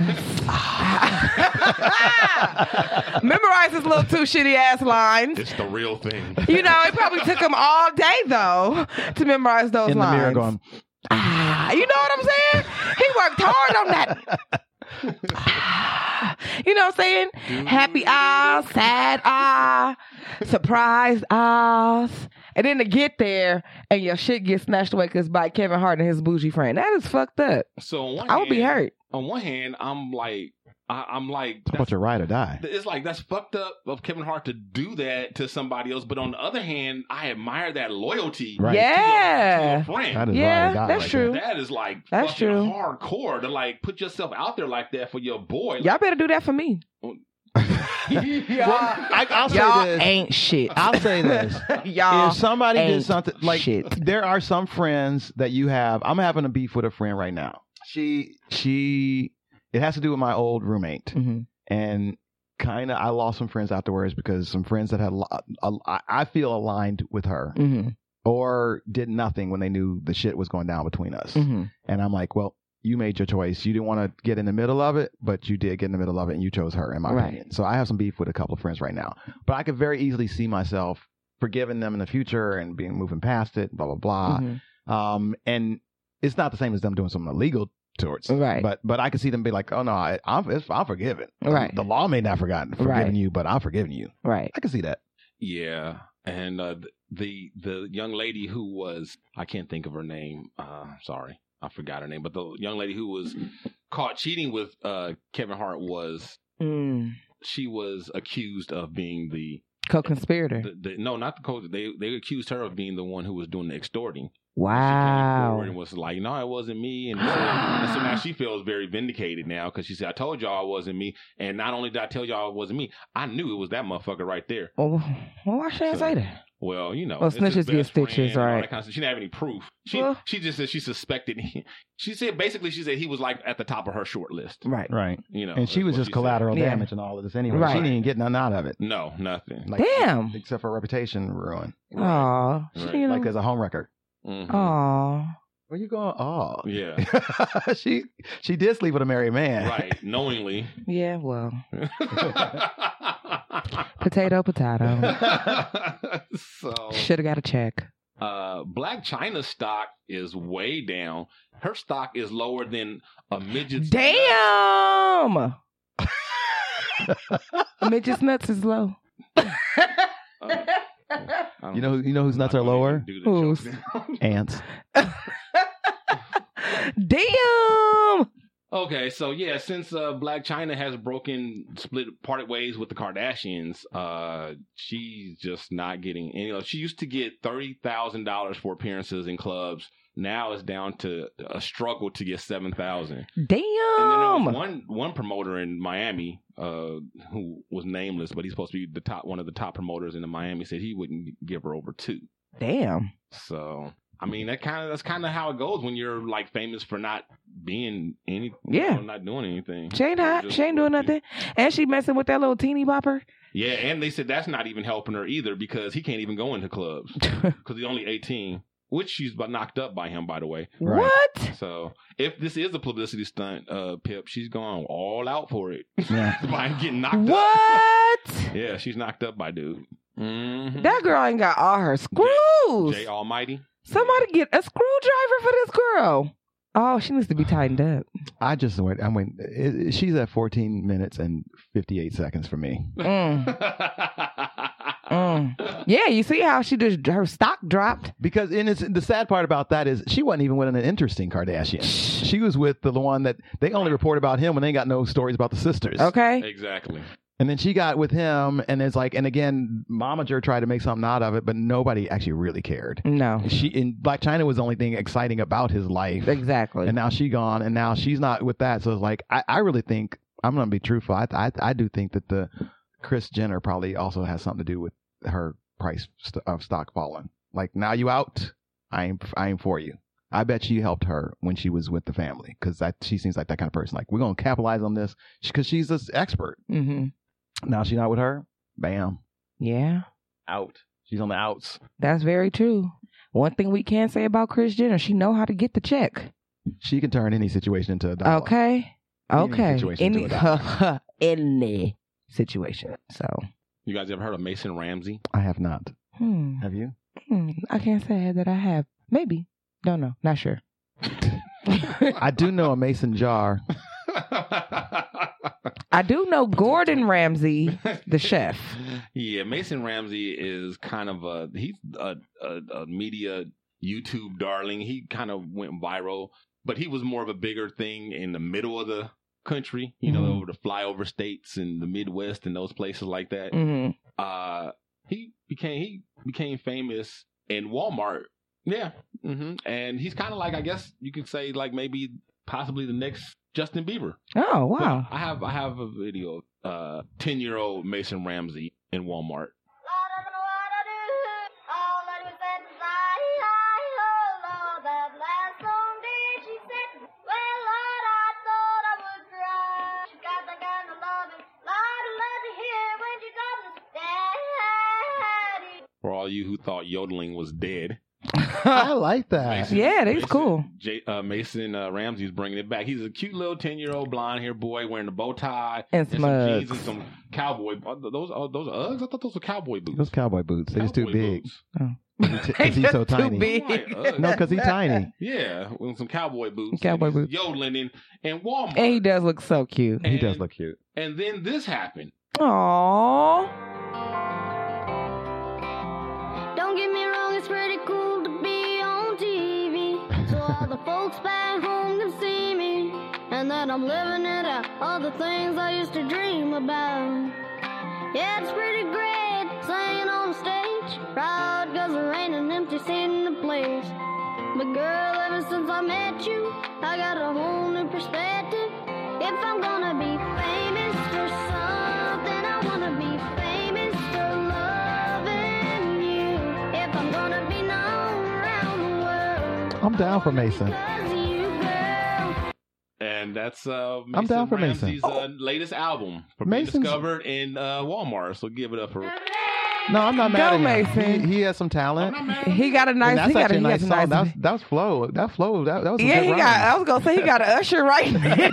Ah! memorize his little two shitty ass lines.
It's the real thing.
You know, it probably took him all day though to memorize those
in the
lines.
mirror going.
Ah, you know what I'm saying? He worked hard on that. Ah, you know what I'm saying? Happy eyes, sad eye, surprised eyes. And then to get there and your shit gets snatched away because by Kevin Hart and his bougie friend. That is fucked up.
So on one
I would be
hand-
hurt.
On one hand, I'm like, I, I'm like,
Talk about your ride or die.
It's like that's fucked up of Kevin Hart to do that to somebody else. But on the other hand, I admire that loyalty.
Right.
to your- to your
Yeah.
friend.
That is ride
Yeah,
or die.
that's
right
true.
That is like
That's
fucking
true.
hardcore to like put yourself out there like that for your boy.
Y'all better do that for me.
[laughs]
there. Well, I, I'll
Y'all
say this.
ain't shit.
I'll
[laughs]
say this.
Y'all
if somebody
ain't
did something like
shit.
there are some friends that you have i'm having a beef with a friend right now she she it has to do with my old roommate
Mhm.
and kind of i lost some friends afterwards because some friends that had lo- a- I I feel aligned with her
Mhm.
or did nothing when they knew the shit was going down between us
Mhm.
and i'm like well you made your choice. You didn't want to get in the middle of it, but you did get in the middle of it, and you chose her, in my
Right.
opinion. So I have some beef with a couple of friends right now, but I could very easily see myself forgiving them in the future and being moving past it, blah blah blah.
Mhm.
Um, and it's not the same as them doing something illegal towards,
Right.
But but I could see them be like, oh no, I, I'm it's, I'm forgiven.
Right.
The law may not forgotten forgiving
Right.
you, but I'm forgiving you.
Right.
I can see that.
Yeah, and uh, th- the the young lady who was I can't think of her name. Uh, sorry, I forgot her name. But the young lady who was caught cheating with uh, Kevin Hart was
Mm.
she was accused of being the,
Co-conspirator.
the, the no not the code. They they accused her of being the one who was doing the extorting. She came forward
Wow.
and was like, "No, it wasn't me." And, so- and so now
[gasps]
she feels very vindicated now because she said, "I told y'all it wasn't me, and not only did I tell y'all it wasn't me, I knew it was that motherfucker right there."
Well, why should I
So-
say that?
Well, you know,
Well,
it's his
snitches get
best
stitches,
friend and all
right.
that kind of stuff. she didn't have any proof. She
Well-
she just said she suspected. He, [laughs] she said basically she said he was like at the top of her short list.
Right.
Right.
You know,
And she
that's
was
what
just
said.
collateral
Yeah.
damage and all of this anyway.
Right.
She didn't get nothing out of it.
No, nothing.
Like,
Damn.
Except for reputation ruin.
Aw.
Right.
You know,
Like as a homewrecker.
Mhm.
aw.
Where you going? Oh, [laughs]
[laughs]
Yeah,
she she did sleep with a married man.
right.
[laughs]
Knowingly. [laughs]
Yeah, well, potato, potato.
so [laughs]
Um,
Oh.
Should have got a check.
Uh, Black China stock is way down. Her stock is lower than a midget's.
[laughs] Damn. Midget's nuts is low.
Uh,
You know, you know whose nuts are lower?
Who's?
[laughs]
Ants.
Damn.
Okay, so yeah, since uh, Black China has broken, split, parted ways with the Kardashians, uh, she's just not getting any. Love. She used to get thirty thousand dollars for appearances in clubs. Now it's down to a struggle to get seven thousand. And then there was
Damn.
one one promoter in Miami uh, who was nameless, but he's supposed to be the top one of the top promoters in Miami. Said he wouldn't give her over two.
Damn.
So I mean, that kind of that's kind of how it goes when you're like famous for not being any,
Yeah.
you know, not doing anything.
She ain't hot.
Just-
She ain't doing nothing. And she messing with that little
[laughs]
teeny bopper.
Yeah, and they said that's not even helping her either because he can't even go into clubs because he's only 18, which she's bu- knocked up by him, by the way.
Right.
What?
So if this is a publicity stunt, uh, Pip, she's gone all out for it [laughs]
Yeah.
by getting knocked up.
What?
Yeah, she's knocked up by dude. Mhm.
That girl ain't got all her screws.
Jay Almighty.
Somebody get a screwdriver for this girl. Oh, she needs to be
[laughs]
tightened up.
I just went. I mean, it, it- she's at 14 minutes and 58 seconds for me.
Mm, mm. Yeah, you see how she just her stock dropped.
Because and it's, the sad part about that is she wasn't even with an interesting Kardashian. She was with the one that they only report about him when they got no stories about the sisters.
Okay.
exactly.
And then she got with him, and it's like, and again, Momager tried to make something out of it, but nobody actually really cared.
No.
She in Black China was the only thing exciting about his life,
Exactly.
and now she gone, and now she's not with that. So it's like, I, I really think I'm gonna be truthful. I, I I do think that the Chris Jenner probably also has something to do with her price st- of stock falling. Like now you out, I am I am for you. I bet she helped her when she was with the family because that she seems like that kind of person. Like we're gonna capitalize on this because she's this expert.
Mm-hmm.
Now she not with her. Bam.
Yeah,
Out. She's on the outs.
that's very true. One thing we can say about Chris Jenner, she know how to get the check.
She can turn any situation into a dollar.
Okay.
Oh, Any
Okay.
situation
Any
to
[laughs] any situation. So
You guys ever heard of Mason Ramsey?
I have not.
hmm.
Have you?
Hmm. I can't say that I have. Maybe. Don't know. Not sure. [laughs]
I do know a mason [laughs] jar.
I do know Gordon Ramsay, the chef.
[laughs] Yeah, Mason Ramsey is kind of a he's a, a, a media YouTube darling. He kind of went viral, but he was more of a bigger thing in the middle of the country, you know,
Mhm.
over the flyover states and the Midwest and those places like that.
hmm
Uh, he became he became famous in Walmart. Yeah, hmm and he's kind of like I guess you could say like maybe possibly the next Justin Bieber.
Oh wow.
I have I have a video of ten year old Mason Ramsey in Walmart. For all you who thought yodeling was dead,
I like that.
Yeah, that's
Mason-
cool.
J, uh, Mason uh, Ramsey's bringing it back. He's a cute little ten year old blonde hair boy wearing a bow tie
And
some jeans [laughs] and
Smugs.
some cowboy. are th- those are those Uggs? I thought those were cowboy boots.
Those cowboy boots. They're just too
Cowboy
big.
boots. [laughs]
Because he's so
Too
tiny.
big.
Right, Uggs.
[laughs]
[laughs]
No, because he's tiny.
yeah, with some cowboy boots.
Cowboy
and he's
boots.
Yodeling in, in Walmart.
And he does look so cute.
He
And-
does look cute.
And then this happened.
Aww.
Don't get me wrong, it's pretty cool to be on TV. So all the folks back home can see me. And that I'm living it out, all the things I used to dream about. Yeah, it's pretty great singing on stage. Proud cause there ain't an empty seat in the place. But girl, ever since I met you, I got a whole new perspective. If I'm gonna be famous for something, I wanna be famous for loving you. If I'm gonna be known around the world,
I'm down for Mason.
cause of you, girl.
And that's uh, Mason
I'm down for Mason. Oh.
Ramsey's uh, latest album from being
Mason's-
discovered in uh, Walmart. So give it up for.
No, I'm not mad at
Go,
him.
Mason.
He, he has some talent.
He got a nice.
and that's
he got
actually a
a,
nice
he
song.
[laughs] got a
that,
nice
was, that was flow. That flow. That, that was a
yeah,
good
he
rhyme.
got. I was gonna say he got an usher
[laughs]
right in
And
his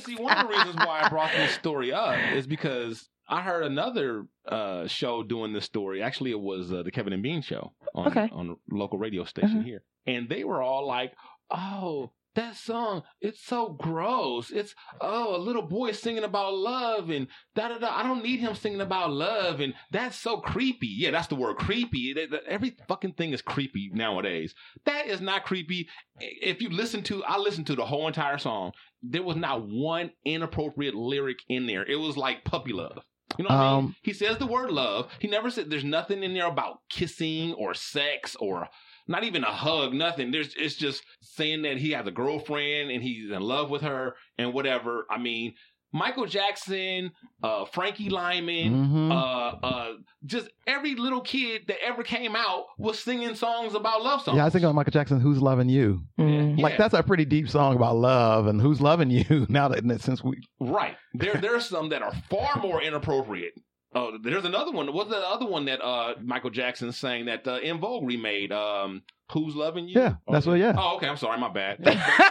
see,
lyrics.
one of the reasons why I brought this story up is because I heard another uh, show doing this story. Actually, it was uh, the Kevin and Bean show on
Okay.
on a local radio station
Mhm.
here, and they were all like, "Oh." That song, it's so gross. It's oh, a little boy singing about love and da da da. I don't need him singing about love and that's so creepy. Yeah, that's the word creepy. That- that- Every fucking thing is creepy nowadays. That is not creepy. If you listen to, I listened to the whole entire song. There was not one inappropriate lyric in there. It was like puppy love. You know what I mean?
Um,
He says the word love. He never said there's nothing in there about kissing or sex or not even a hug, nothing. There's it's just saying that he has a girlfriend and he's in love with her and whatever. I mean, Michael Jackson, uh, Frankie Lyman,
Mhm.
Mm-hmm.
uh, uh, just every little kid that ever came out was singing songs about love songs.
Yeah, I was thinking of Michael Jackson, "Who's Loving You."
[laughs]
Like
Yeah.
that's a pretty deep song about love and who's loving you. [laughs] Now that since we
Right. There there's some that are far more inappropriate. Oh, there's another one. What's the other one that uh Michael Jackson sang that uh, In Vogue remade? Um, Who's loving you?
Yeah, that's what. Yeah,
Oh, okay. I'm sorry. My
[laughs]
bad. yeah,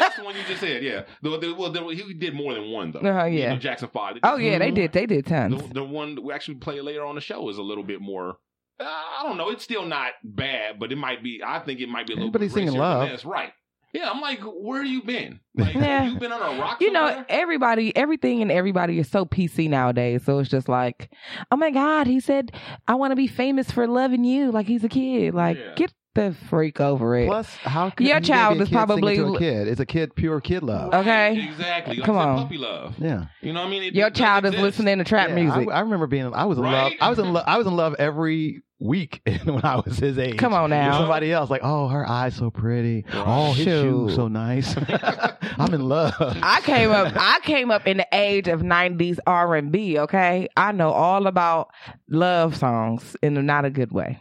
that's the one you just said. Yeah. The, the, well, the, he did more than one though.
Uh-huh,
You
yeah.
know, Jackson Five.
Oh yeah, they did. They did tons.
The, the one that we actually play later on the show is a little bit more. Uh, I don't know. It's still not bad, but it might be. I think it might be a little.
Everybody's
bit
singing
racier than
love.
this. right? Yeah. I'm like, where you
[laughs]
been? Like,
Yeah.
you been on a rock?
You know,
somewhere?
everybody, everything and everybody is so PC nowadays. So it's just like, oh my God, he said, I want to be famous for loving you. Like he's a kid. Like,
Yeah.
get the freak over it.
Plus, how could
Your
you gonna
child
be a
is
kid singing
probably- Uh,
to a kid? It's a kid, pure kid love.
Okay.
Exactly. Like
Come
I said,
on.
puppy love.
Yeah.
You know what I mean? It-
Your child is listening to trap
Yeah,
music.
I, I remember being. I was in love. I was in love. I was in love every week [laughs] when I was his age.
Come on
With
now.
Somebody else like, oh, her eyes so pretty. Oh, his
Shoot.
shoes so nice. [laughs] I'm in love.
I
[laughs]
came up. I came up in the age of '90s R and B. Okay, I know all about love songs in a not a good way.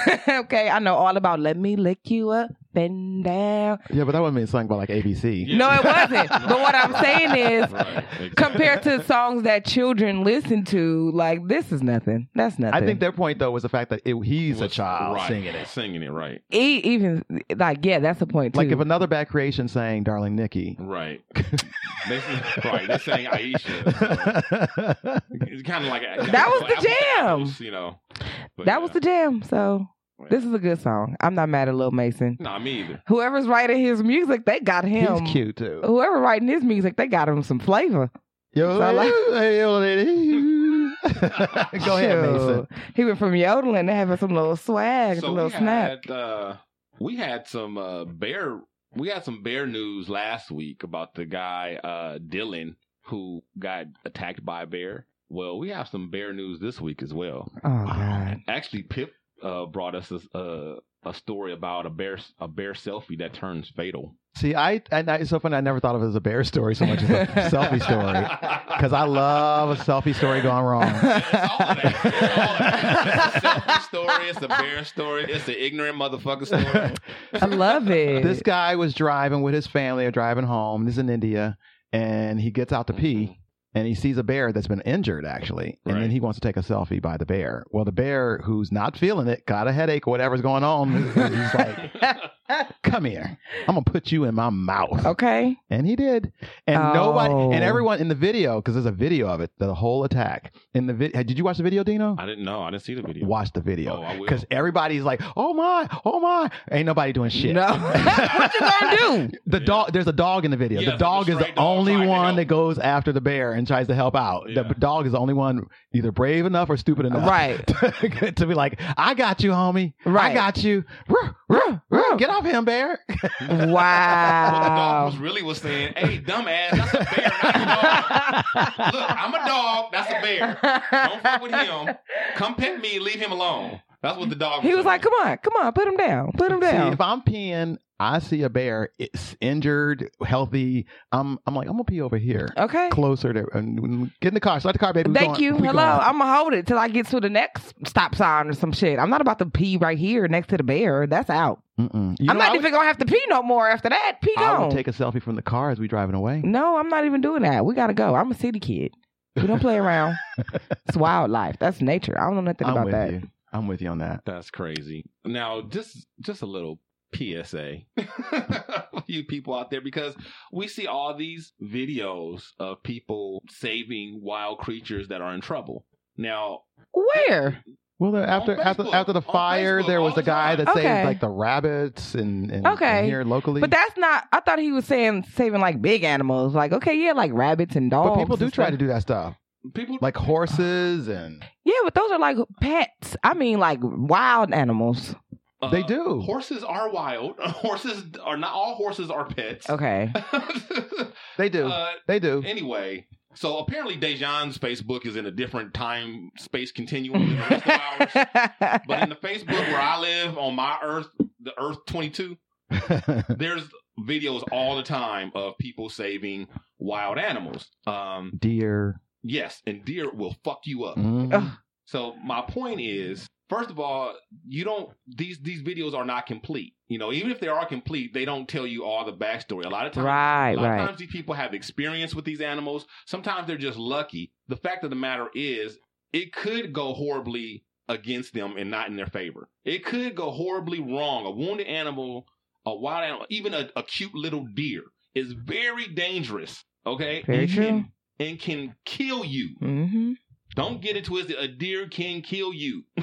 [laughs] okay, I know all about "Let Me Lick You Up and Down."
Yeah, but that wasn't being sung by like ABC.
No, it wasn't. but what I'm saying is, [laughs] compared to songs that children listen to, like this is nothing. That's nothing.
I think their point though was the fact that it, [laughs] he's a child
Right.
singing it.
Singing it right.
E- even like yeah, that's the point too.
Like if another bad creation sang "Darling Nikki,"
[laughs]
[laughs]
Right. They, right. They're saying
[laughs]
Aisha. It's kind of like
That was the jam.
You know. But
that was the jam. So this is a good song. I'm not mad at Lil Mason.
Nah, me either.
Whoever's writing his music, they got him.
He's cute, too.
Whoever writing his music, they got him some flavor.
Yo,
So, like-
hey, yo, lady. [laughs] Go ahead,
Shoot.
Mason.
He went from yodeling to having some little swag, some little
we
snap.
Had, uh, we had some uh, bear. We had some bear news last week about the guy uh, Dylan who got attacked by a bear. Well, we have some bear news this week as well. [laughs]
Oh God!
Actually, Pip uh, brought us a, a, a story about a bear a bear selfie that turns fatal.
See, I and I, it's so funny. I never thought of it as a bear story so much as a
[laughs]
selfie story because I love a selfie story gone wrong.
Selfie story. It's a bear story. It's the ignorant motherfucker
[laughs]
story.
I love it.
This guy was driving with his family or driving home. This is in India, and he gets out to pee. And he sees a bear that's been injured, actually. And then he wants to take a selfie by the bear. Well, the bear, who's not feeling it, got a headache, whatever's going on, he's like, come here. I'm going to put you in my mouth.
Okay.
And he did. And nobody, and
Oh.
everyone in the video, because there's a video of it, the whole attack. In the video, did you watch the video, Dino?
I didn't know. I didn't see the video.
Watch the video.
Oh, I will.
Because everybody's like, oh my, oh my. Ain't nobody doing shit. [laughs]
[laughs]
No.
what
you gonna
do? The dog, there's a dog in the video.
Yeah,
the dog
the
is the
stray dog
only one that goes after the bear and tries to help out. The dog is the only one either brave enough or stupid enough.
Right.
[laughs] To, be like, I got you, homie. I
Right.
got you. Ruh, ruh, ruh. Get off
[laughs]
him, bear. [laughs]
What the dog
Wow.
was really was saying, "Hey, dumbass, that's a bear, not a dog. Look, I'm a dog. That's a bear. Don't fuck with him. Come pet me. Leave him alone." That's what the dog.
He was like, "Come on, come on, put him down, put him
See,
down."
if I'm peeing, I see a bear, it's injured, healthy. I'm, I'm like, I'm gonna pee over here.
Okay.
Closer to, and get in the car. Start the car, baby. We
Thank
going-
you.
we
Hello.
going.
I'm gonna hold it till I get to the next stop sign or some shit. I'm not about to pee right here next to the bear. That's out.
Mm-mm. You know,
I'm not
I would-
even gonna have to pee no more after that. Pee
I would
gone.
take a selfie from the car as we driving away.
No, I'm not even doing that. We gotta go. I'm a city kid. We don't
[laughs]
play around. it's wildlife. That's nature. I don't know nothing
I'm
about
with
that.
you. I'm with you on that.
That's crazy. Now, just just a little PSA. [laughs] you people out there, because we see all these videos of people saving wild creatures that are in trouble. Now,
Where?
Well, the, after after after the fire, there was a guy that
Okay.
saved like the rabbits and, and,
Okay.
and here locally.
But that's not. I thought he was saying saving like big animals. Like okay, yeah, like rabbits and dogs.
but people do
and
try
stuff.
to do that stuff.
People
like horses and
Yeah, but those are like pets. I mean, like wild animals.
uh,
They do.
Horses are wild. [laughs] Horses are not all horses are pets.
[laughs]
Okay.
they do.
[laughs] Uh,
they do.
Anyway, so apparently Dejan's Facebook is in a different time space continuum than
[laughs]
the rest of
ours.
But in the Facebook where I live on my Earth, the Earth 22, there's videos all the time of people saving wild animals. Um,
[laughs] Deer.
yes, and deer will fuck you up.
Mm.
So my point is, first of all, you don't these these videos are not complete. You know, even if they are complete, they don't tell you all the backstory. A lot of times,
Right,
a lot
right.
of times these people have experience with these animals. Sometimes they're just lucky. The fact of the matter is, it could go horribly against them and not in their favor. It could go horribly wrong. A wounded animal, a wild animal, even a, a cute little deer is very dangerous. Okay,
Very
and
true.
can and can kill you.
Mm-hmm.
Don't get it twisted. A deer can kill you. [laughs]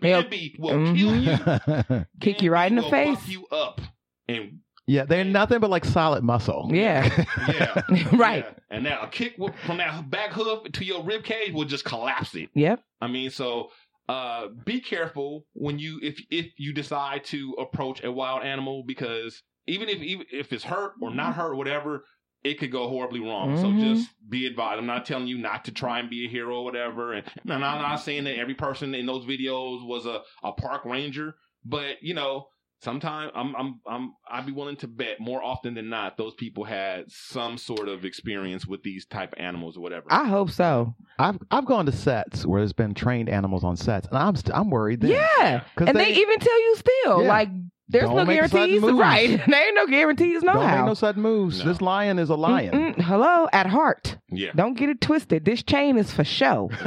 They'll-
Bambi will kill
Mhm.
you.
Mm. [laughs]
Kick you right in the
Will
face.
fuck you up.
[laughs]
And
Yeah, they're nothing but like solid muscle.
Yeah. [laughs]
yeah,
[laughs]
right.
yeah. and now a kick wi- from that back hoof to your rib cage will just collapse it.
Yep.
I mean, so uh, be careful when you if if you decide to approach a wild animal because even if even if it's hurt or not hurt, whatever, it could go horribly wrong.
Mhm.
So just be advised. I'm not telling you not to try and be a hero or whatever. And and I'm not saying that every person in those videos was a, a park ranger, but you know, sometimes I'm I'm I'm I'd be willing to bet more often than not those people had some sort of experience with these type of animals or whatever.
I hope so.
I've I've gone to sets where there's been trained animals on sets, and I'm st- I'm worried. Then.
Yeah.
'Cause
And they, even tell you still
Yeah.
like there's
Don't
no
make sudden
guarantees,
moves.
right? [laughs] there ain't no guarantees, no
don't
how.
make no sudden moves. This lion is a lion.
Mm-mm. Hello, at heart.
Yeah.
Don't get it twisted. This chain is for
[laughs]
show. [laughs]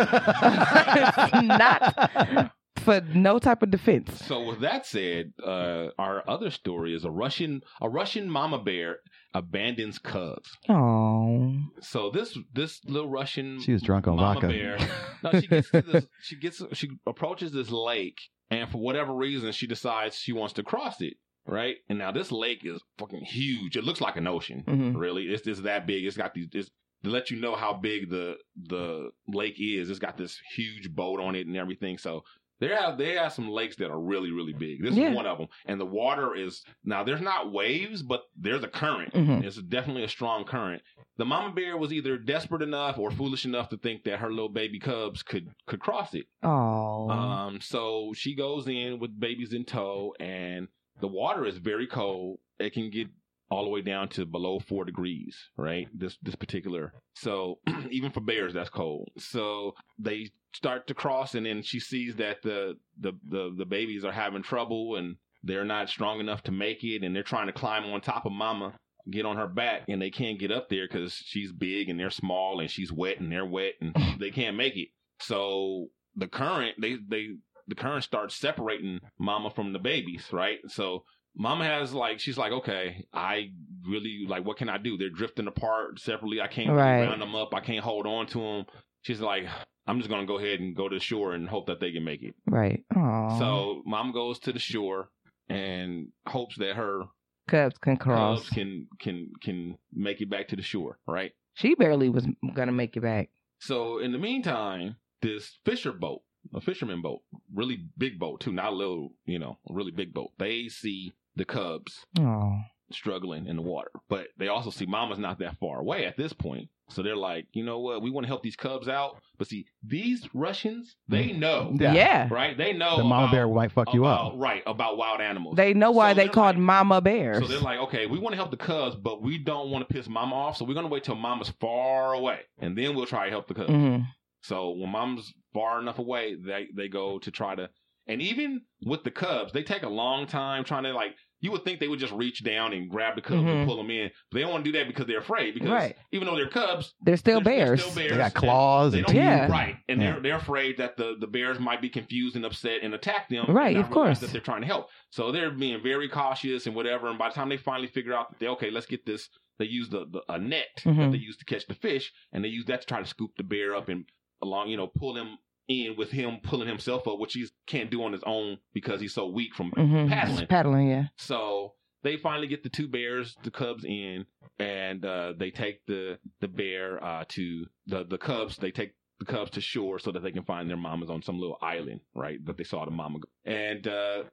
it's not for no type of defense.
So with that said, uh, our other story is a Russian a Russian mama bear abandons cubs.
Oh.
So this this little Russian
She was drunk on
mama
vodka. [laughs]
bear. No, she gets to this, she gets she approaches this lake, and for whatever reason, she decides she wants to cross it. Right, and now this lake is fucking huge. It looks like an ocean.
Mhm.
Really, it's it's that big. It's got these. It's, to let you know how big the the lake is, it's got this huge boat on it and everything. So there have they have some lakes that are really really big. This
Yeah.
is one of them, and the water is now there's not waves, but there's a current.
Mm-hmm.
Mhm.
It's definitely a strong current. The mama bear was either desperate enough or foolish enough to think that her little baby cubs could could cross it.
Oh.
Uh,
Um, so she goes in with babies in tow, and the water is very cold. It can get all the way down to below four degrees, right? This this particular. So [clears throat] even for bears, that's cold. So they start to cross, and then she sees that the the the, the babies are having trouble, and they're not strong enough to make it, and they're trying to climb on top of Mama. Get on her back, and they can't get up there because she's big and they're small, and she's wet and they're wet, and they can't make it. So the current they they the current starts separating mama from the babies right so mama has like she's like okay i really like what can i do they're drifting apart separately i can't really
Right.
round them up i can't hold on to them she's like i'm just gonna go ahead and go to the shore and hope that they can make it
Right. Oh.
so mom goes to the shore and hopes that her
Cubs can cross.
cubs can can can make it back to the shore right
She barely was gonna make it back.
So in the meantime, this fisher boat, a fisherman boat, really big boat too, not a little, you know, a really big boat. They see the cubs
Oh.
struggling in the water, but they also see mama's not that far away at this point. So they're like, you know what? We want to help these cubs out, but see, these Russians, they know,
Yeah. Yeah.
right? They know
Mm. the mama bear might fuck you up.
about- right about wild animals.
They know why they called mama bears.
So they're like, okay, we want to help the cubs, but we don't want to piss mama off, so we're gonna wait till mama's far away, and then we'll try to help the cubs.
Mhm.
So when mom's far enough away, they they go to try to, and even with the cubs, they take a long time trying to like you would think they would just reach down and grab the cubs
Mhm.
and pull them in. But they don't want to do that because they're afraid. Because
Right.
even though they're cubs,
They're still bears.
still bears.
They got claws
They
and
don't
teeth.
right, and
Yeah.
they're they're afraid that the, the bears might be confused and upset and attack them.
Right,
and not
of
realize
course.
that they're trying to help. So they're being very cautious and whatever. And by the time they finally figure out that they okay, let's get this, they use the, the a net that
Mhm.
they use to catch the fish, and they use that to try to scoop the bear up and along, you know, pull him in with him pulling himself up, which he can't do on his own because he's so weak from
Mhm.
paddling.
It's paddling, yeah.
So they finally get the two bears, the cubs in, and uh, they take the the bear uh, to the the cubs. They take the cubs to shore so that they can find their mamas on some little island, right? That they saw the mama. go- And uh,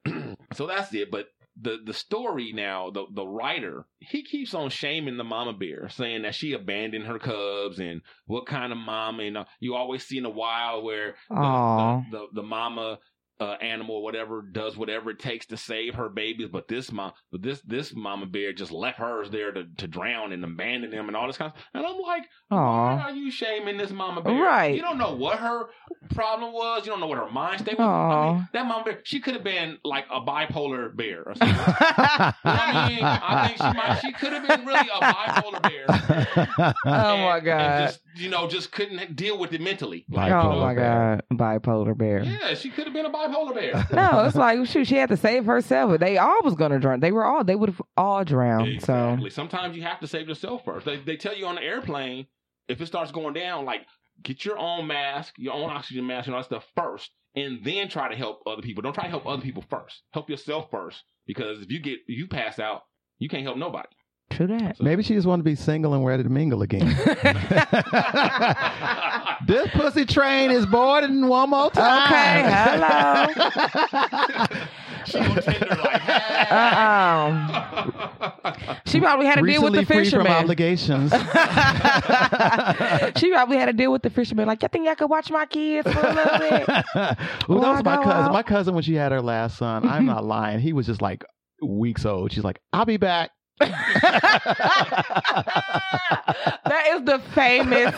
[clears throat] so that's it. But the the story now, the the writer, he keeps on shaming the mama bear, saying that she abandoned her cubs and what kind of mama. And uh, you always see in the wild where the, the, [laughs]
Aw.
the the mama uh, animal or whatever does whatever it takes to save her babies, but this mom, but this this mama bear just left hers there to, to drown and abandon them and all this kind of. And I'm like, why
Aw.
are you shaming this mama bear?
Right.
You don't know what her problem was. You don't know what her mind state was. I
Aw.
mean, that mama bear, she could have been like a bipolar bear or something.
[laughs]
I mean, I think she might. She could have been really a bipolar bear.
[laughs]
[laughs]
oh my
And
god.
just you know, just couldn't deal with it mentally. Like, you
Oh
know,
my god. Bipolar bear.
Yeah, she could have been a bipolar bear.
[laughs] No, it's like shoot, she had to save herself. They all was gonna drown. They were all they would have all drowned.
Exactly. Sometimes you have to save yourself first. They, they tell you on the airplane if it starts going down, like get your own mask, your own oxygen mask, and all that stuff first, and then try to help other people. Don't try to help other people first. Help yourself first, because if you get if you pass out, you can't help [laughs] nobody.
So true that.
Maybe she just wanted to be single and ready to mingle
[laughs]
again. [laughs] this pussy train is boarding one more time.
Okay,
[laughs]
hello. Uh uh She probably had to deal with
Recently
the
free from
fisherman. [laughs]
obligations. [laughs]
she probably had to deal with the fisherman. Like, you think I could watch my kids for a little bit?
[laughs] Well, that
Will
was
I
my
go
cousin.
out?
My cousin, when she had her last son, I'm
Mm-hmm.
not lying. He was just like weeks old. She's like, I'll be back. [laughs]
That is the famous,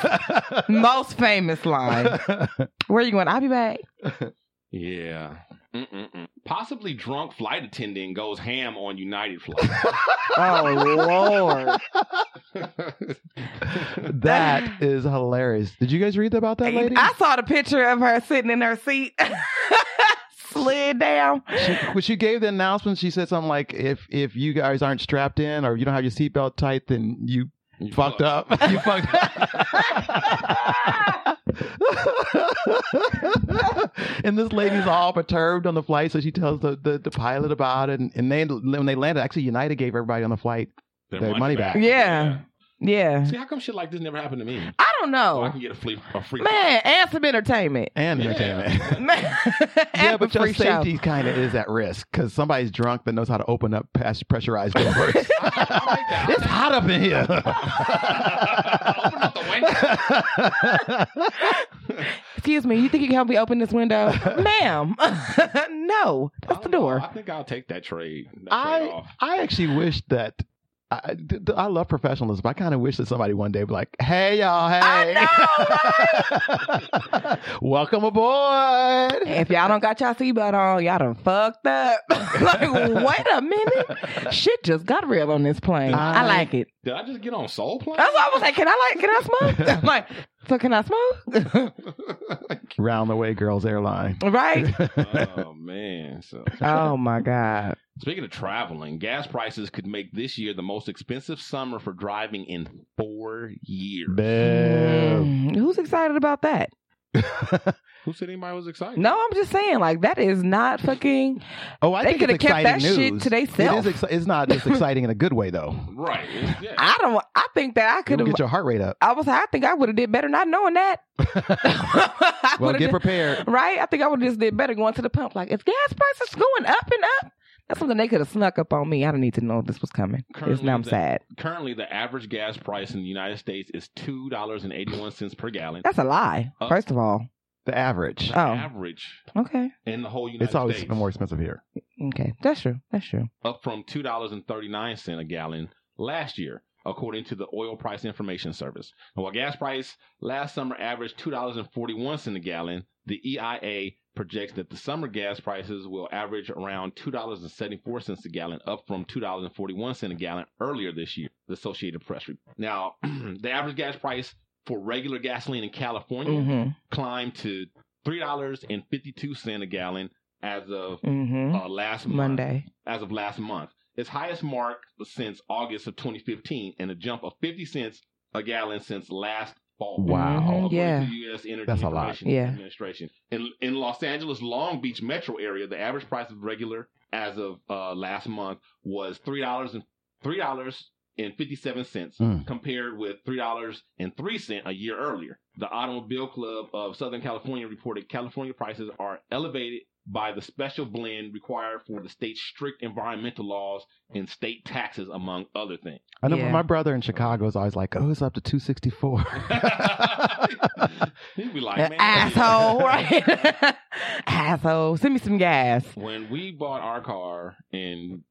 most famous line.
[laughs]
Where you going? I'll be back.
Yeah. Mm-mm-mm. Possibly drunk flight attendant goes ham on [laughs] United flight.
[laughs] Oh Lord.
That is hilarious. Did you guys read about that lady?
I saw the picture of her sitting in her seat. [laughs] Slid down.
She, when she gave the announcement, she said something like, "If if you guys aren't strapped in or you don't have your seatbelt tight, then you, fucked up. [laughs] you fucked up." and this lady's all perturbed on the flight, so she tells the, the, the pilot about it. And, and they when they landed, actually United gave everybody on the flight
Their
their,
money
money,
back.
back.
Yeah. Yeah.
See how come shit like this never happened to me?
I don't
I
know.
can get a free a free
Oh. Man, and some entertainment. [laughs]
and
Yeah.
entertainment.
Man,
[laughs] Yeah,
and
but
the
your
free show.
safety kind of is at risk because somebody's drunk that knows how to open up past
[laughs]
pressurized doors. it's hot up in here.
Open up the
[laughs]
window.
Excuse me, you think you can help me open this window?
[laughs]
Ma'am. [laughs] no. That's the door.
Oh,
I think I'll take that trade.
[laughs]
That trade
[laughs] I
off.
I actually wish that. I, th- th- I love professionalism. I kind of wish that somebody one day would be like, "Hey y'all, hey, [laughs] welcome aboard."
If y'all don't got y'all seatbelt on, y'all done fucked up. [laughs] like, wait
[laughs]
a minute. Shit just got real on this plane. I,
I-
like it.
Did I just get on Soul
[laughs]
Plane?
That's why I was like, can I like, can
[laughs]
I smoke? I'm like, so can I smoke?
Round the way, girls airline.
right?
oh man! So
Oh my God.
speaking of traveling, gas prices could make this year the most expensive summer for driving in four years.
[laughs] Boo.
Mm, who's excited about that?
Who said anybody was excited?
No, I'm just saying, like, that is not fucking.
Oh, I
They
think it's
coulda kept
exciting
that shit
news.
to theyself.
It is. Exci- it's not
[laughs]
just exciting in a good way though.
right? it's- yeah.
I don't, I think that I could
It'll
have.
get your heart rate
[laughs]
up. [laughs]
I was, I think I would have did better not knowing that. [laughs] I
Well,
would've
get
did-
prepared.
Right? I think I would have just did better going to the pump. Like, if gas prices going up and up, that's something they could have snuck up on me. I don't need to know this was coming. It's,
Currently
now I'm
the-
sad.
Currently, the average gas price in the United States is two dollars and eighty-one cents per gallon.
That's a lie,
Uh,
first of all.
The average.
The
oh.
average
Okay.
in the whole United
It's always
States.
more expensive here.
Okay. That's true. That's true.
up from two dollars and thirty nine cent a gallon last year. according to the Oil Price Information Service. And while gas price last summer averaged $2.41 a gallon, the EIA projects that the summer gas prices will average around $2.74 a gallon, up from $2.41 a gallon earlier this year, the Associated Press report. Now, [clears throat] the average gas price for regular gasoline in California
Mhm.
climbed to $3.52 a gallon as of
Mhm.
uh, last month
Monday.
as of last month, its highest mark since August of 2015, and a jump of 50 cents a gallon since last fall.
Wow. Mhm,
According to
yeah.
the U.S. Energy
That's a lot.
Information
Yeah.
Administration. In, in Los Angeles, Long Beach metro area, the average price of regular as of uh, last month was three dollars and three dollars and fifty seven cents,
Hmm.
Mm.
compared with three dollars and three cent a year earlier. The Automobile Club of Southern California reported California prices are elevated by the special blend required for the state's strict environmental laws and state taxes, among other things. [laughs]
I know my brother in Chicago is always like, "Oh, it's up
[laughs]
to [laughs] Mm. 264."
He'd be like,
An
man,
[laughs]
asshole, right? [laughs] asshole. Send me some gas.
when we bought our car in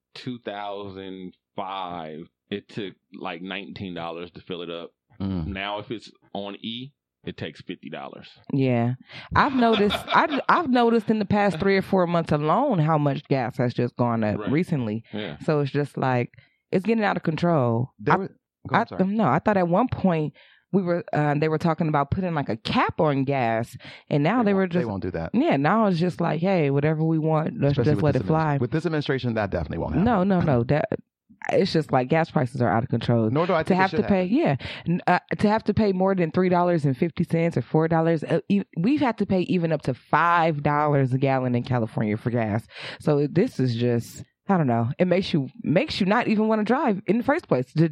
2005, it took like $19 to fill it up.
Mm.
Now, if it's on E, it takes $50.
Yeah, I've noticed. I've, I've noticed in the past three or four months alone how much gas has just gone up recently.
Yeah.
So it's just like it's getting out of control. I,
go on,
I-
sorry.
no, I thought at one point we were uh, they were talking about putting like a cap on gas, and now they, were [laughs] just
they won't do that.
Yeah, now it's just like hey, whatever we want, let's
Especially
just
with
let
this
it fly.
admin- With this administration, that definitely won't happen.
No,
[laughs]
no, no. That it's just like gas prices are out of control. Nor
do I
to
think it
have
should
to pay. Yeah, N- uh, to have to pay more than three dollars and fifty cents or four dollars. Uh, e- we've had to pay even up to five dollars a gallon in California for gas. So this is just I don't know. It makes you makes you not even want to drive in the first place to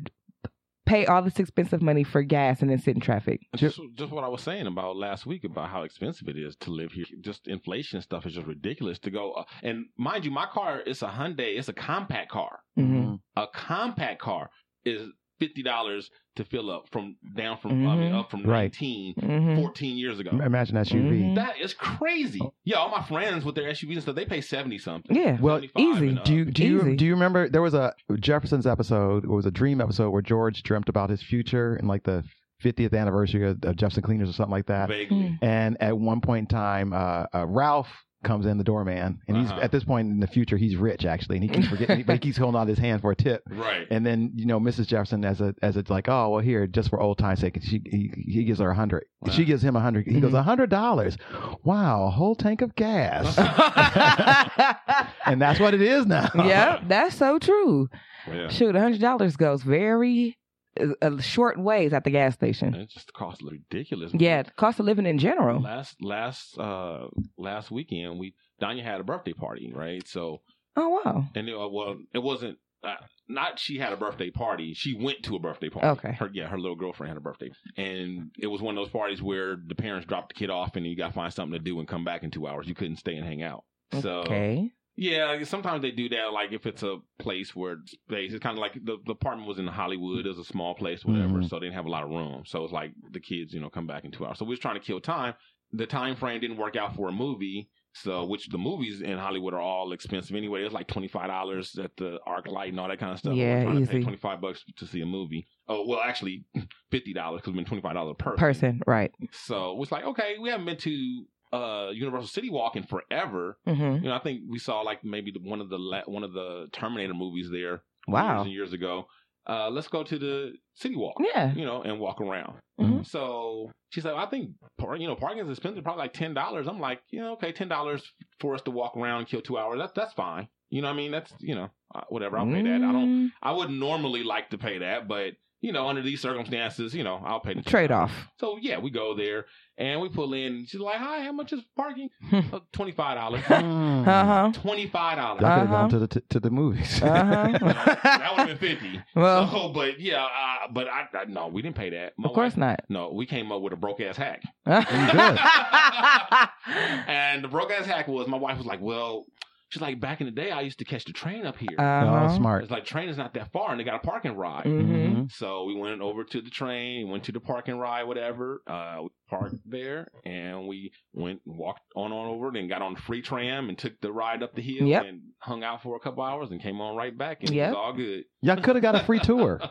pay all this expensive money for gas and then sit in traffic.
Just, just what I was saying about last week about how expensive it is to live here. Just inflation stuff is just ridiculous to go. Uh, and mind you, my car is a Hyundai. It's a compact car.
Mm-hmm.
A compact car is fifty dollars to fill up from down from I mean,
Mhm.
up from
Right.
19,
Mm-hmm.
Mhm.
14 years ago.
M- imagine SUV. Mhm.
That is crazy.
Oh.
Yeah, all my friends with their SUVs and stuff, they pay seventy something.
Yeah.
Well,
75
easy.
and up.
Do
uh,
you do you do you remember there was a Jefferson's episode? It was a dream episode where George dreamt about his future and like the. 50th anniversary of of Jefferson Cleaners or something like
Uh,
that.
Vaguely.
And at one point in time, uh, uh, Ralph comes in, the doorman, and he's at this point in the future, he's rich actually, and he keeps forgetting, but he keeps holding out his hand for a tip.
hmm.
Right.
And then you know Mrs. Jefferson as a as a like, oh well, here just for old time's sake, she he, he gives her a hundred, she gives him a hundred, he goes a hundred dollars, wow, a whole tank
[laughs]
of gas, [laughs] and that's what it is now.
yep, that's so true.
Yeah.
Shoot, hundred dollars goes very uh, uh, short ways at the gas station.
It's just the cost is ridiculous.
[laughs] Yeah, the cost of living in general.
Last last uh last weekend, we Danya had a birthday party, right? So
Oh wow.
and it, uh, well, it wasn't uh, not she had a birthday party. She went to a birthday party.
Okay.
Her yeah, her little girlfriend had a birthday, and it was one of those parties where the parents dropped the kid off, and you got to find something to do and come back in two hours. You couldn't stay and hang out. So
Okay.
yeah, sometimes they do that. Like if it's a place where space, it's kind of like the, the apartment was in Hollywood. It was a small place, whatever.
Mm-hmm.
Mhm.
So they didn't have a lot of room. So it's like the kids, you know, come back in two hours. So we was trying to kill time. The time frame didn't work out for a movie. So which the movies in Hollywood are all expensive anyway. It's like twenty five dollars at the Arc Light and all that kind of stuff.
Yeah, easy.
Twenty five bucks to see a movie. Oh well, actually [laughs] fifty dollars because been twenty five dollars per
Person, right.
so it was like, okay, we haven't been to uh Universal City Walk in forever.
Mhm.
You know, I think we saw like maybe the, one of the la- one of the Terminator movies there.
Wow.
Years and years ago. Uh, let's go to the City Walk.
Yeah. Mm-hmm.
You know, and walk around. So she's like, I think par- you know parking is expensive, probably like ten dollars. I'm like, you know, okay, ten dollars for us to walk around and kill two hours. That that's fine. You know, what I mean, that's you know, uh, whatever. I'll pay that. I
Mm,
don't. I would normally like to pay that, but you know, under these circumstances, you know, I'll pay the
Trade off.
so yeah, we go there and we pull in. and She's like, "Hi, how much is parking?"
Hmm.
uh, Twenty five
[laughs]
dollars.
Uh-huh.
Twenty five
I
dollars.
could have gone to the t- to the movies. [laughs] Ah.
that would have been fifty.
Well-
Oh.
[laughs] so, but yeah, uh, but I, I no, we didn't pay that.
Of course not.
No, we came up with a broke ass hack.
Good.
Mm,
[laughs]
[laughs] And the broke ass hack was my wife was like, "Well, She's like, back in the day, I used to catch the train up
Uh,
here.
Uh-huh. Oh, smart.
It's like train is not that far, and they got a parking ride.
Mm-hmm.
Mhm.
So we went over to the train, went to the parking ride, whatever. Uh, we parked there, and we went and walked on on over, then got on the free tram and took the ride up the hill
Yep.
and hung out for a couple hours, and came on right back, and it
Yep.
was all good.
Y'all could have got a free tour.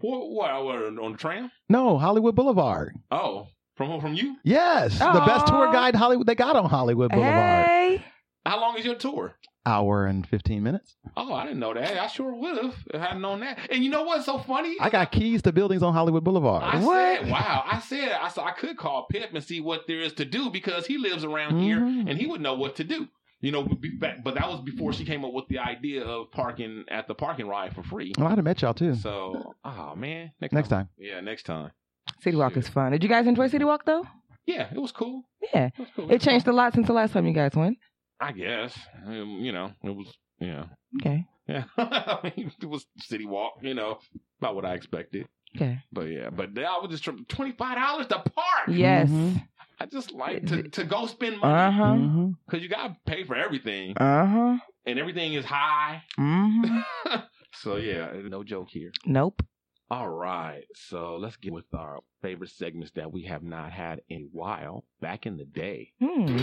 What? what I was on the tram?
No, Hollywood Boulevard.
Oh, from who? From you?
Yes, the best tour
Aw.
guide Hollywood they got on Hollywood Boulevard.
How long is your tour?
Hour and fifteen minutes.
Oh, I didn't know that. I sure would have if I'd known that. And you know what's so funny?
I got keys to buildings on Hollywood Boulevard.
I Said, wow. I said I said I could call Pip and see what there is to do because he lives around here
Mm-hmm.
Mhm.
and he would know what to do. You know, be back, but that was before she came up with the idea of parking at the parking ride for free.
Well, I'd have met y'all too.
So, oh man, next,
Next
time.
time.
Yeah, next time.
City Walk is fun. Did you guys enjoy City Walk though?
Yeah, it was cool.
Yeah. It changed a lot since the last time you guys went.
I guess. Um, you know, it was yeah. [laughs]
Okay.
Yeah, I mean, it was city walk, you know, about what I expected.
Okay.
But yeah, but I was just twenty five dollars to park.
Yes.
Mm-hmm.
I just like to, to go spend money
Uh huh.
because you gotta pay for everything,
Uh huh.
and everything is high. [laughs]
Mm-hmm.
hmm
So yeah, no joke here.
Nope.
All right, so let's get with our favorite segments that we have not had in a while. Back in the day,
Hmm.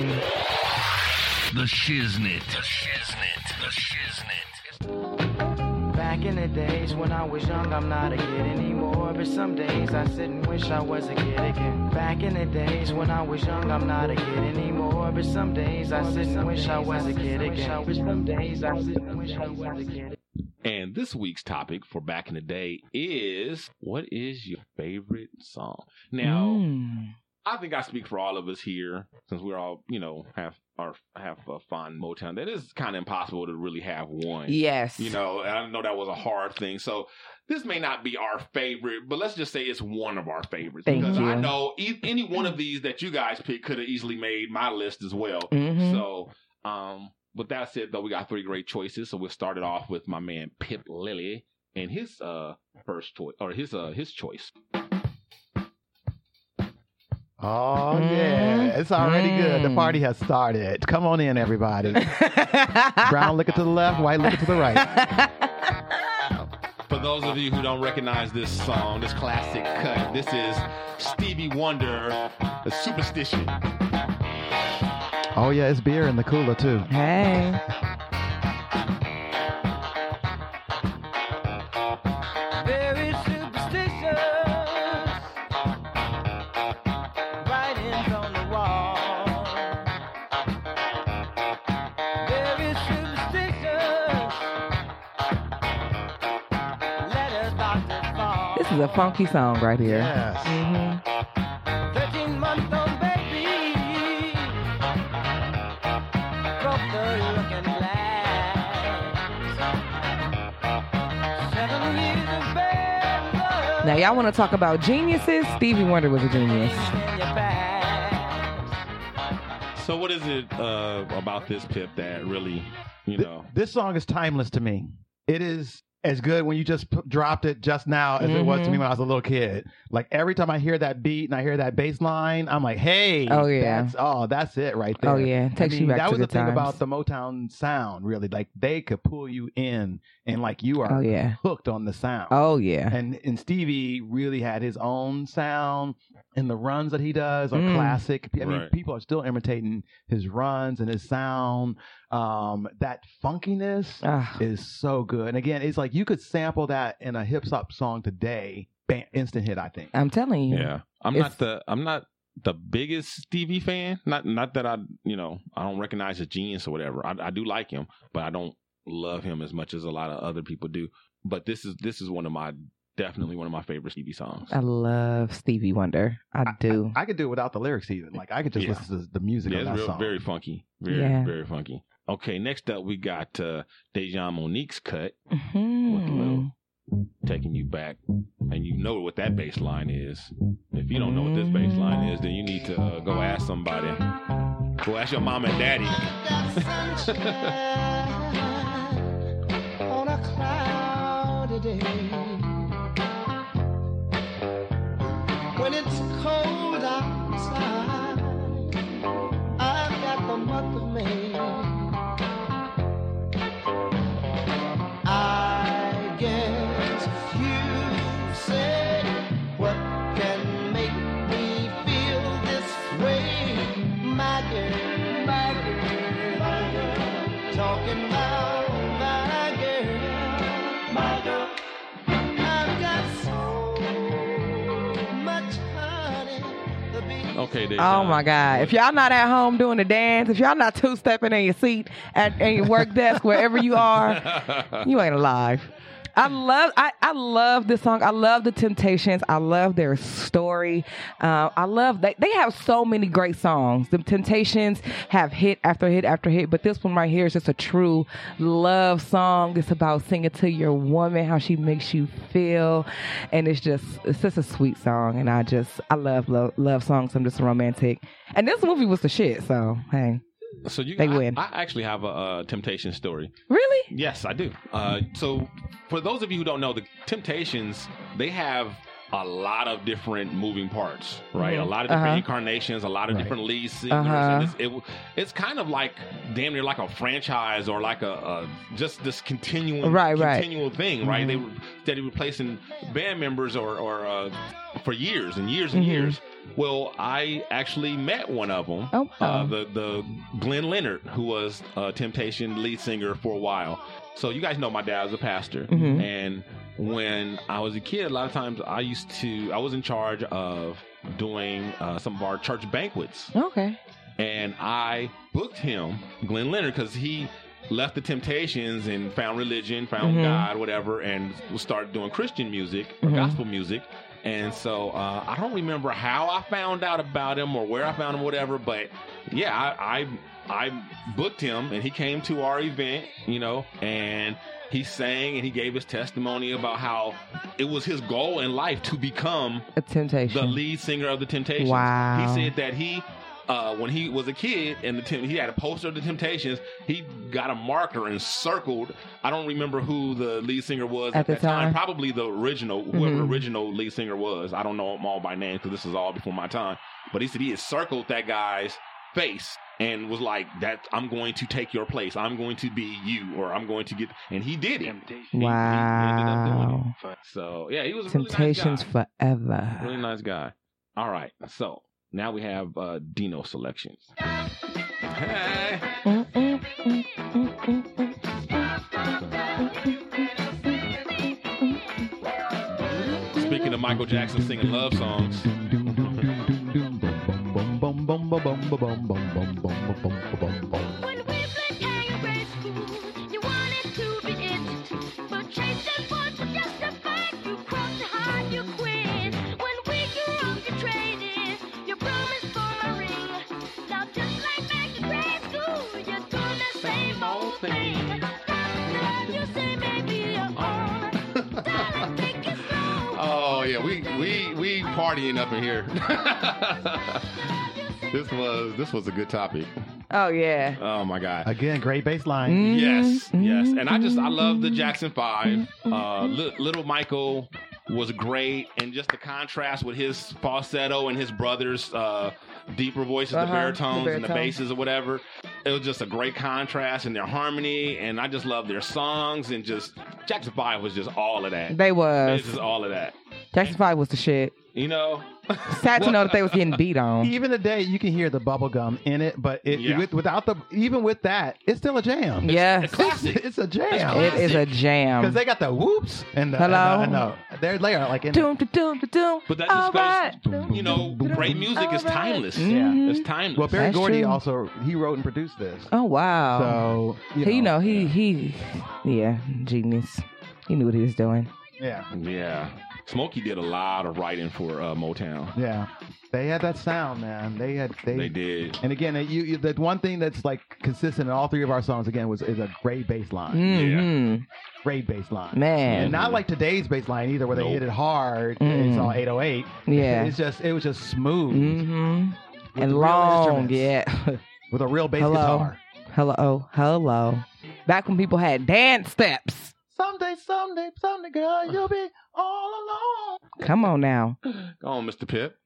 The shiznit. The shiznit. The shiznit.
Back in the days when I was young, I'm not a kid anymore. But some days I sit and wish I was a kid again. Back in the days when I was young, I'm not a kid anymore. But some days I sit and wish I was a kid again. But some days I sit and wish I was a kid
and this week's topic for back in the day is what is your favorite song? Now.
Mm. Hmm.
I think I speak for all of us here, since we're all, you know, have our have a fond Motown. That is kind of impossible to really have one.
Yes.
you know, and I know that was a hard thing. So this may not be our favorite, but let's just say it's one of our favorites
Thank
because I
you.
know e- any one of these that you guys picked could have easily made my list as well.
[laughs] Mhm.
So, um, but that said, though, we got three great choices. So we'll start it off with my man Pip Lilly and his uh first choice or his uh his choice.
Oh yeah, it's already good. The party has started. Come on in, everybody. [laughs] Brown liquor to the left, white liquor to the [laughs] right.
For those of you who don't recognize this song, this classic cut, this is Stevie Wonder, The Superstition.
Oh yeah, it's beer in the cooler too.
Hey.
Very superstitious. Writings on the wall. Very superstitious. Letters about to fall.
This is a funky song right here.
Yes.
Mhm.
13 month old baby. Broke the looking glass. Seven years of bad luck.
Now y'all want to talk about geniuses? Stevie Wonder was a genius.
So, what is it uh, about this pip that really, you know?
This song is timeless to me. It is as good when you just p- dropped it just now as it was to me
Mhm.
when I was a little kid. Like every time I hear that beat and I hear that bass line, I'm like, hey,
Oh, yeah.
that's, oh, that's it right there.
Oh, yeah.
I
Takes you
mean,
back
That
to
was
good
the thing
times.
about the Motown sound, really. Like they could pull you in and like you are
Oh, yeah.
hooked on the sound.
Oh [laughs] yeah.
And and Stevie really had his own sound, and the runs that he does are
Mm.
classic. I mean,
Right.
people are still imitating his runs and his sound. Um, that funkiness
Ah.
is so good. And again, it's like you could sample that in a hip hop song today, bam, instant hit. I think.
I'm telling you.
Yeah, I'm
It's-
not the I'm not the biggest Stevie fan. Not not that I you know I don't recognize his genius or whatever. I, I do like him, but I don't love him as much as a lot of other people do. But this is this is one of my definitely one of my favorite Stevie songs.
I love Stevie Wonder. I do.
I could do it without the lyrics even. Like I could just
Yeah.
listen to the music
Yeah,
of
it's
that
real,
song.
very funky, very
Yeah.
very funky. Okay, next up we got uh, Dejan Monique's cut.
Hmm.
taking you back, and you know what that bass line is. If you don't know what this bass line is, then you need to uh, go ask somebody. Go ask your mom and daddy.
on a cloudy day. When it's cold outside, I've got the month of May.
Okay, uh, Dejan.
Oh my God! If y'all not at home doing the dance, if y'all not two stepping in your seat at, at your work desk wherever you are, you ain't alive. I love I, I love this song. I love the Temptations. I love their story. Uh, I love they they have so many great songs. The Temptations have hit after hit after hit, but this one right here is just a true love song. It's about singing to your woman how she makes you feel, and it's just it's just a sweet song. And I just I love love love songs. I'm just romantic, and this movie was the shit. So hey,
So you,
They
I,
win.
I actually have a, uh temptation story.
Really?
Yes, I do. Uh, so, for those of you who don't know, the Temptations they have a lot of different moving parts, right?
Mhm.
A lot of different
Uh-huh.
incarnations, a lot of different lead singers,
Uh-huh.
and it's, it, it's kind of like damn near like a franchise or like a, a just this continuing,
Right, right.
continual thing, right?
Mhm.
They were steady replacing band members or, or uh, for years and years and
Mhm.
years. Well, I actually met one of them.
Oh,
Uh, the the Glenn Leonard, who was uh, Temptation lead singer for a while. So you guys know my dad was a pastor,
Mhm.
and when I was a kid, a lot of times I used to I was in charge of doing uh, some of our church banquets
okay.
and I booked him Glenn Leonard because he left the Temptations and found religion, found
Mhm.
God, whatever, and started doing Christian music or
Mhm.
gospel music. And so uh, I don't remember how I found out about him or where I found him, whatever. But yeah, I, I I booked him and he came to our event, you know, and he sang and he gave his testimony about how it was his goal in life to become
A Temptation.
the lead singer of the Temptations.
Wow.
He said that he, uh, when he was a kid, and the temp- he had a poster of the Temptations. He got a marker and circled. I don't remember who the lead singer was
At
at,
the
that
time?
time. Probably the original, whoever
Mm-hmm.
Mhm.
original lead singer was. I don't know them all by name because this is all before my time. But he said he had circled that guy's face. And was like that. I'm going to take your place. I'm going to be you, or I'm going to get. And he did it.
Wow.
So yeah, he was a really nice
Temptations
guy.
forever.
Really nice guy. All right. So now we have uh, Dino selections. Speaking of Michael Jackson singing love songs,
Oh yeah, we we we partying up in here. [laughs] this was this was a good topic.
Oh yeah.
Oh my god.
Again, great bass line.
Yes, yes. And I just I love the Jackson Five. Uh, Li- Little Michael was great, and just the contrast with his falsetto and his brother's uh, deeper voices,
Uh-huh,
the
the
baritones and the
baritone.
basses or whatever. It was just a great contrast in their harmony, and I just love their songs and just Jackson Five was just all of that.
They was.
This is all of that.
Jackson Five was the shit.
You know.
Sad to know that they was getting beat on.
Even today, you can hear the bubble gum in it, but it,
Yeah.
with, without the even with that, it's still a jam.
Yes.
it's, [laughs] it's, a jam.
It is a jam.
because they got the whoops and the
Hello?
And the, and the, they're they are like in
Doom, doom, doom.
But that
All
just
right.
goes, you know, great music is
All right.
timeless.
Mhm.
It's timeless.
Well, Barry
That's
Gordy
true.
also he wrote and produced this.
Oh wow.
So, you
Oh. he know, he he yeah, genius. He knew what he was doing.
Yeah.
Yeah. Smokey did a lot of writing for uh, Motown.
Yeah, they had that sound, man. They had they.
They did.
And again, it- you, you the one thing that's like consistent in all three of our songs again was is a great bass
Uh,
line.
Mhm.
Great bass line.
Man.
And not like today's bass line either where they hit it hard.
Mm.
It's all 808.
Yeah.
It's just it was just smooth.
Mhm.
With
and
real
long,
instruments.
yeah. [laughs]
With a real bass
hello.
guitar.
Hello, hello. Back when people had dance steps.
Someday, someday, someday, girl, you'll be all alone.
Come on now.
Go on, Mr. Pip.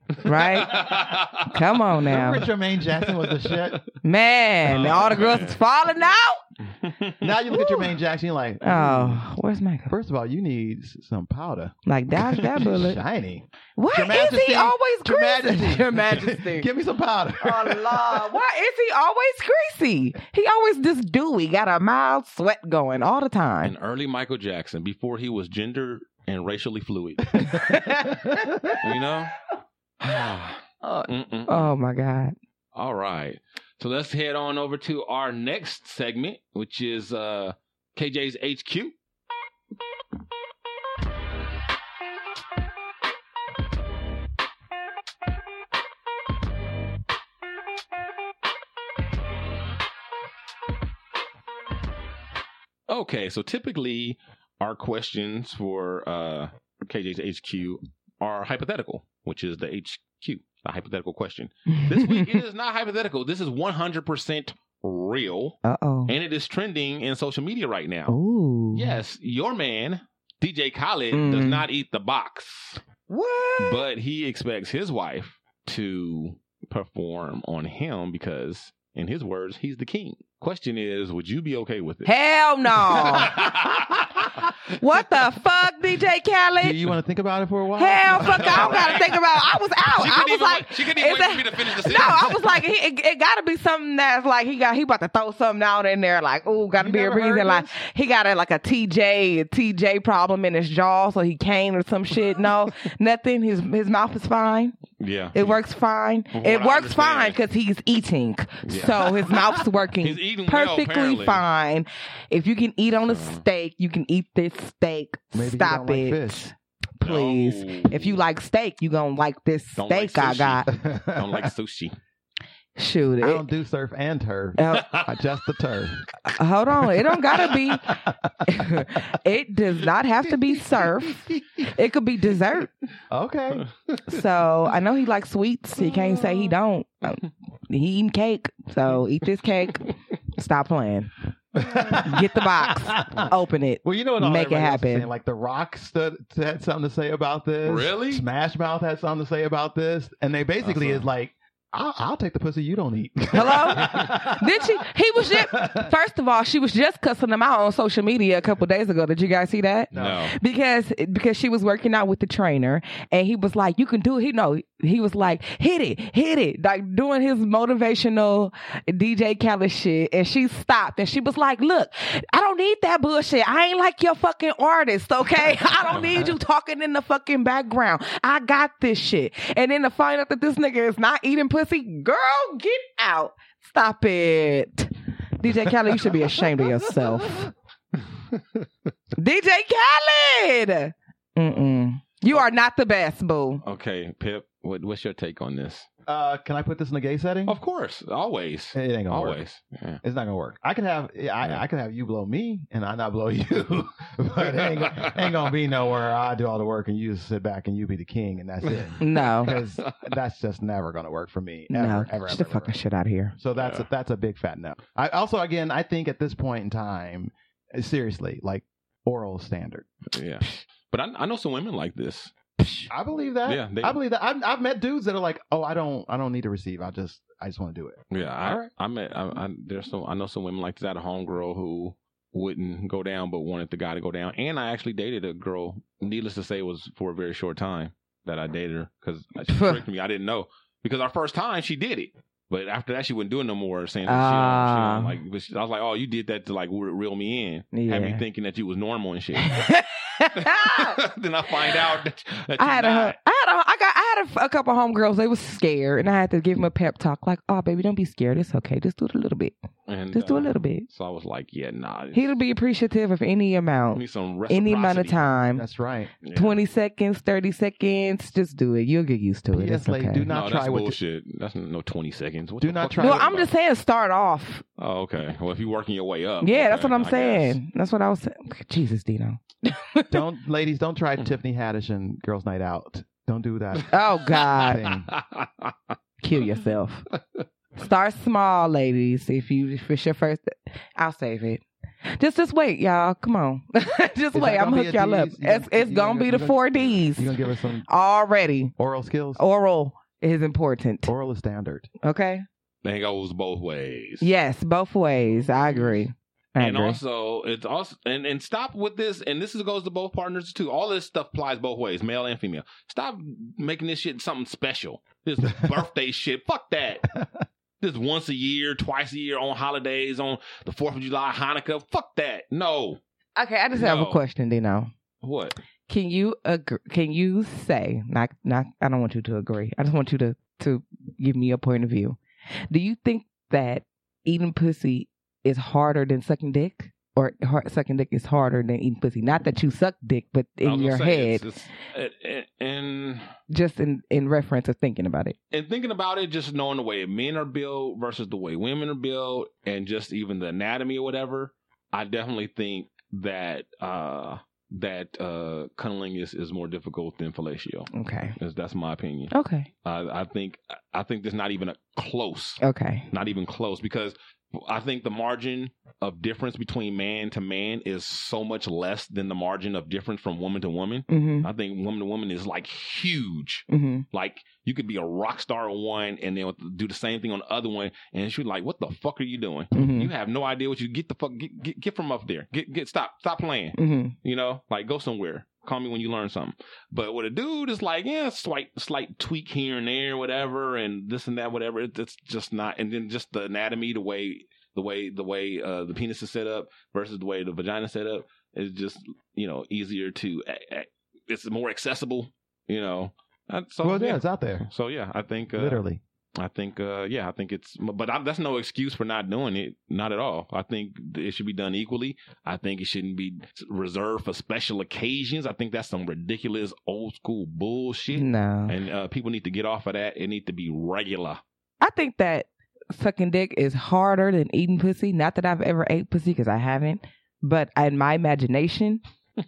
Right? Come on now.
Remember Jermaine Jackson was the
[laughs]
shit.
Man,
Oh,
all the girls
man.
is falling out.
now you look at Jermaine Jackson, you're like, mm,
Oh, where's my?
First of all, you need s- some powder.
Like dodge
[laughs]
that bullet.
Shiny.
Why
Your
is
Majesty,
he always
[laughs] Your
greasy?
Majesty.
Your Majesty.
Give me some powder.
Oh Lord, why is he always greasy? He always this dewy, got a mild sweat going all the time.
An early Michael Jackson before he was [sighs] gender and racially fluid. you know? Uh, mm-mm.
Oh my God.
All right. So let's head on over to our next segment, which is uh, KJ's HQ. Okay, so typically our questions for uh, KJ's HQ are hypothetical, which is the HQ, a hypothetical question. This
[laughs]
week it is not hypothetical. This is 100% real.
Uh oh.
And it is trending in social media right now.
Ooh.
Yes, your man, DJ Khaled, does
Mm.
not eat the box,
What?
but he expects his wife to perform on him because, in his words, he's the king. Question is, would you be okay with it? [laughs]
[laughs]
Hell no. what the fuck, DJ
[laughs]
Khaled?
Do you want to think about it for a while?
Hell,
[laughs]
fuck! I don't gotta think about. I was out.
She
I
couldn't
was
even
like,
wait- she couldn't even
is
wait
that-
for me to
[laughs]
finish the
No,
sentence.
I was like, he, it, it gotta be something that's like he got he about to throw something out in there. Like, oh, gotta be a reason. Like he got a like a TJ a TJ problem in his jaw, so he came or some shit.
[laughs]
No, nothing. His his mouth is fine.
Yeah.
It works fine.
From what
it
I
works fine because he's eating. So his mouth's working
He's eating well,
perfectly
apparently.
fine. If you can eat on a steak, you can eat this steak.
Maybe you
Stop
don't like
it.
fish.
Please. If you like steak, you going to like this
Don't like
steak I
sushi. [laughs]
got.
don't like
[laughs]
sushi.
Shoot
[laughs] I
it.
don't do surf and
[laughs]
turf.
Oh.
I just the
[laughs]
turf.
Hold on. It don't gotta be. it does not have to be surf. It could be dessert.
Okay.
So I know he likes sweets. He can't say he don't. Um, He eating cake. So eat this cake. Stop playing. Get the box.
[laughs]
Open it.
Well, you know what? all
Make it
everybody else is
happen.
saying, Like the Rock stood, had something to say about this.
Really? Uh-huh.
Smash Mouth had something to say about this, and they basically
Awesome.
is like, I'll, "I'll take the pussy you don't eat."
[laughs] Hello?
[laughs]
Did she? He was just. First of all, she was just cussing him out on social media a couple days ago. Did you guys see that?
No.
Because because she was working out with the trainer, and he was like, "You can do it." He no, he was like, "Hit it, hit it!" Like doing his motivational DJ Khaled shit, and she stopped, and she was like, "Look, I don't need that bullshit. I ain't like your fucking artist, okay? [laughs] I don't need you talking in the fucking background. I got this shit." And then to find out that this nigga is not eating pussy, girl, get out. Stop it. DJ Khaled, you should be ashamed of yourself. DJ Khaled. Mm-mm. You are not the best, boo.
Okay, Pip, what, what's your take on this?
Uh, can I put this in the gay setting?
Of course, always.
It ain't gonna work.
Always. Yeah.
It's not gonna work. I could have I, I could have you blow me and I not blow you, [laughs] but it
[laughs]
ain't, gonna- ain't gonna be nowhere. I do all the work and you just sit back and you be the king and that's
[laughs]
it.
No,
Because that's just never gonna work for me. Ever,
no,
ever,
get
ever,
the fucking shit out
[laughs]
of here. [laughs]
So that's a, that's a big fat no. I also again I think at this point in time, uh, seriously, like oral standard.
[laughs]
Yeah. But I, I know some women like this.
I believe that.
Yeah, they-
I believe that. I've, I've met dudes that are like, oh, I don't I don't need to receive. I just I just want to do it.
Yeah, I, I met. I, I, there's some. I know some women like this. I had a homegirl who wouldn't go down, but wanted the guy to go down. And I actually dated a girl. Needless to say, it was for a very short time that I dated her because she tricked me. I didn't know because our first time she did it, but after that she wouldn't do it no more. Saying
Ah.
she, don't- she don't like, but she- I was like, oh, you did that to like re- reel me in, had me
Yeah.
thinking that you was normal and
[laughs]
shit. [laughs]
I
then I find out that, that
had a,
you're
I
not.
had a, I got, I had a, a couple homegirls. They was scared, and I had to give them a pep talk, like, "Oh, baby, don't be scared. It's okay. Just do it a little bit.
And,
Just do a
uh,
little bit.
So I was like, yeah, nah.
He'll be appreciative of any
I need
amount,
some
Oh. any amount of
reciprocity.
time.
That's right.
Yeah.
Twenty seconds, thirty seconds. Just do it. You'll get used to it.
Yes,
It's
lady,
okay.
do not
no,
try
that's
with
bullshit. That's no twenty seconds. What
Do
the
not
fuck
try
you
Well,
with-
talking
I'm just saying, start off.
about? Oh, okay. Well, if you're working your way up.
Yeah,
okay,
that's what
I
I'm
guess.
saying. That's what I was saying. Jesus, Dino.
don't ladies don't try Tiffany Haddish and Girls Night Out. Don't do that.
Oh God,
[laughs]
thing. [laughs]
kill yourself. Start small, ladies. If you if it's your first, I'll save it. Just just wait, y'all. Come on, [laughs]
that
just wait. I'm
gonna be
gonna hook
a
y'all up.
D's? You
It's
gonna-
it's
you
gonna
gonna-
be
you
the
gonna-
four Ds Oh.
You gonna give us some
already.
oral skills?
Oral is important.
Oral is standard.
Okay.
That goes both ways.
Yes, both ways. I agree. I
and
agree.
also it's also and, and stop with this and this is, goes to both partners too all this stuff applies both ways male and female stop making this shit something special
[laughs]
this birthday shit fuck that this once a year twice a year on holidays on the fourth of july hanukkah fuck that no
okay, I just have
No.
a question, Dino.
what
Can you agree, can you say not not I don't want you to agree. I just want you to to give me a point of view. Do you think that eating pussy is harder than sucking dick? Or hard, sucking dick is harder than eating pussy. Not that you suck dick, but
I was
in
gonna
your
say,
head,
it's- it's- and- and
just in, in reference of thinking about it.
and thinking about it, just knowing the way men are built versus the way women are built, and just even the anatomy or whatever, I definitely think that uh that uh cunnilingus is more difficult than fellatio.
Okay.
That's, that's my opinion.
Okay.
I, I think I think there's not even a close.
Okay.
Not even close because I think the margin of difference between man to man is so much less than the margin of difference from woman to woman.
Mhm.
I think woman to woman is like huge.
Mm-hmm.
Like you could be a rock star on one and then do the same thing on the other one, and she's like, "What the fuck are you doing?
Mhm.
You have no idea what you get the fuck get, get get from up there. Get get stop stop playing.
Mhm.
You know, like go somewhere. Call me when you learn something. But with a dude, it's like yeah, slight slight tweak here and there, whatever, and this and that, whatever. It, it's just not. And then just the anatomy, the way the way the way uh, the penis is set up versus the way the vagina is set up is just you know easier to. a- a- It's more accessible. You know. Uh, So,
well, yeah,
yeah.
it's out there.
So yeah, I think uh,
Literally.
I think uh, yeah, I think it's but I, that's no excuse for not doing it, not at all. I think it should be done equally. I think it shouldn't be reserved for special occasions. I think that's some ridiculous old school bullshit.
No.
and uh, people need to get off of that. It need to be regular.
I think that sucking dick is harder than eating pussy. Not that I've ever ate pussy because I haven't, but in
[laughs]
my imagination,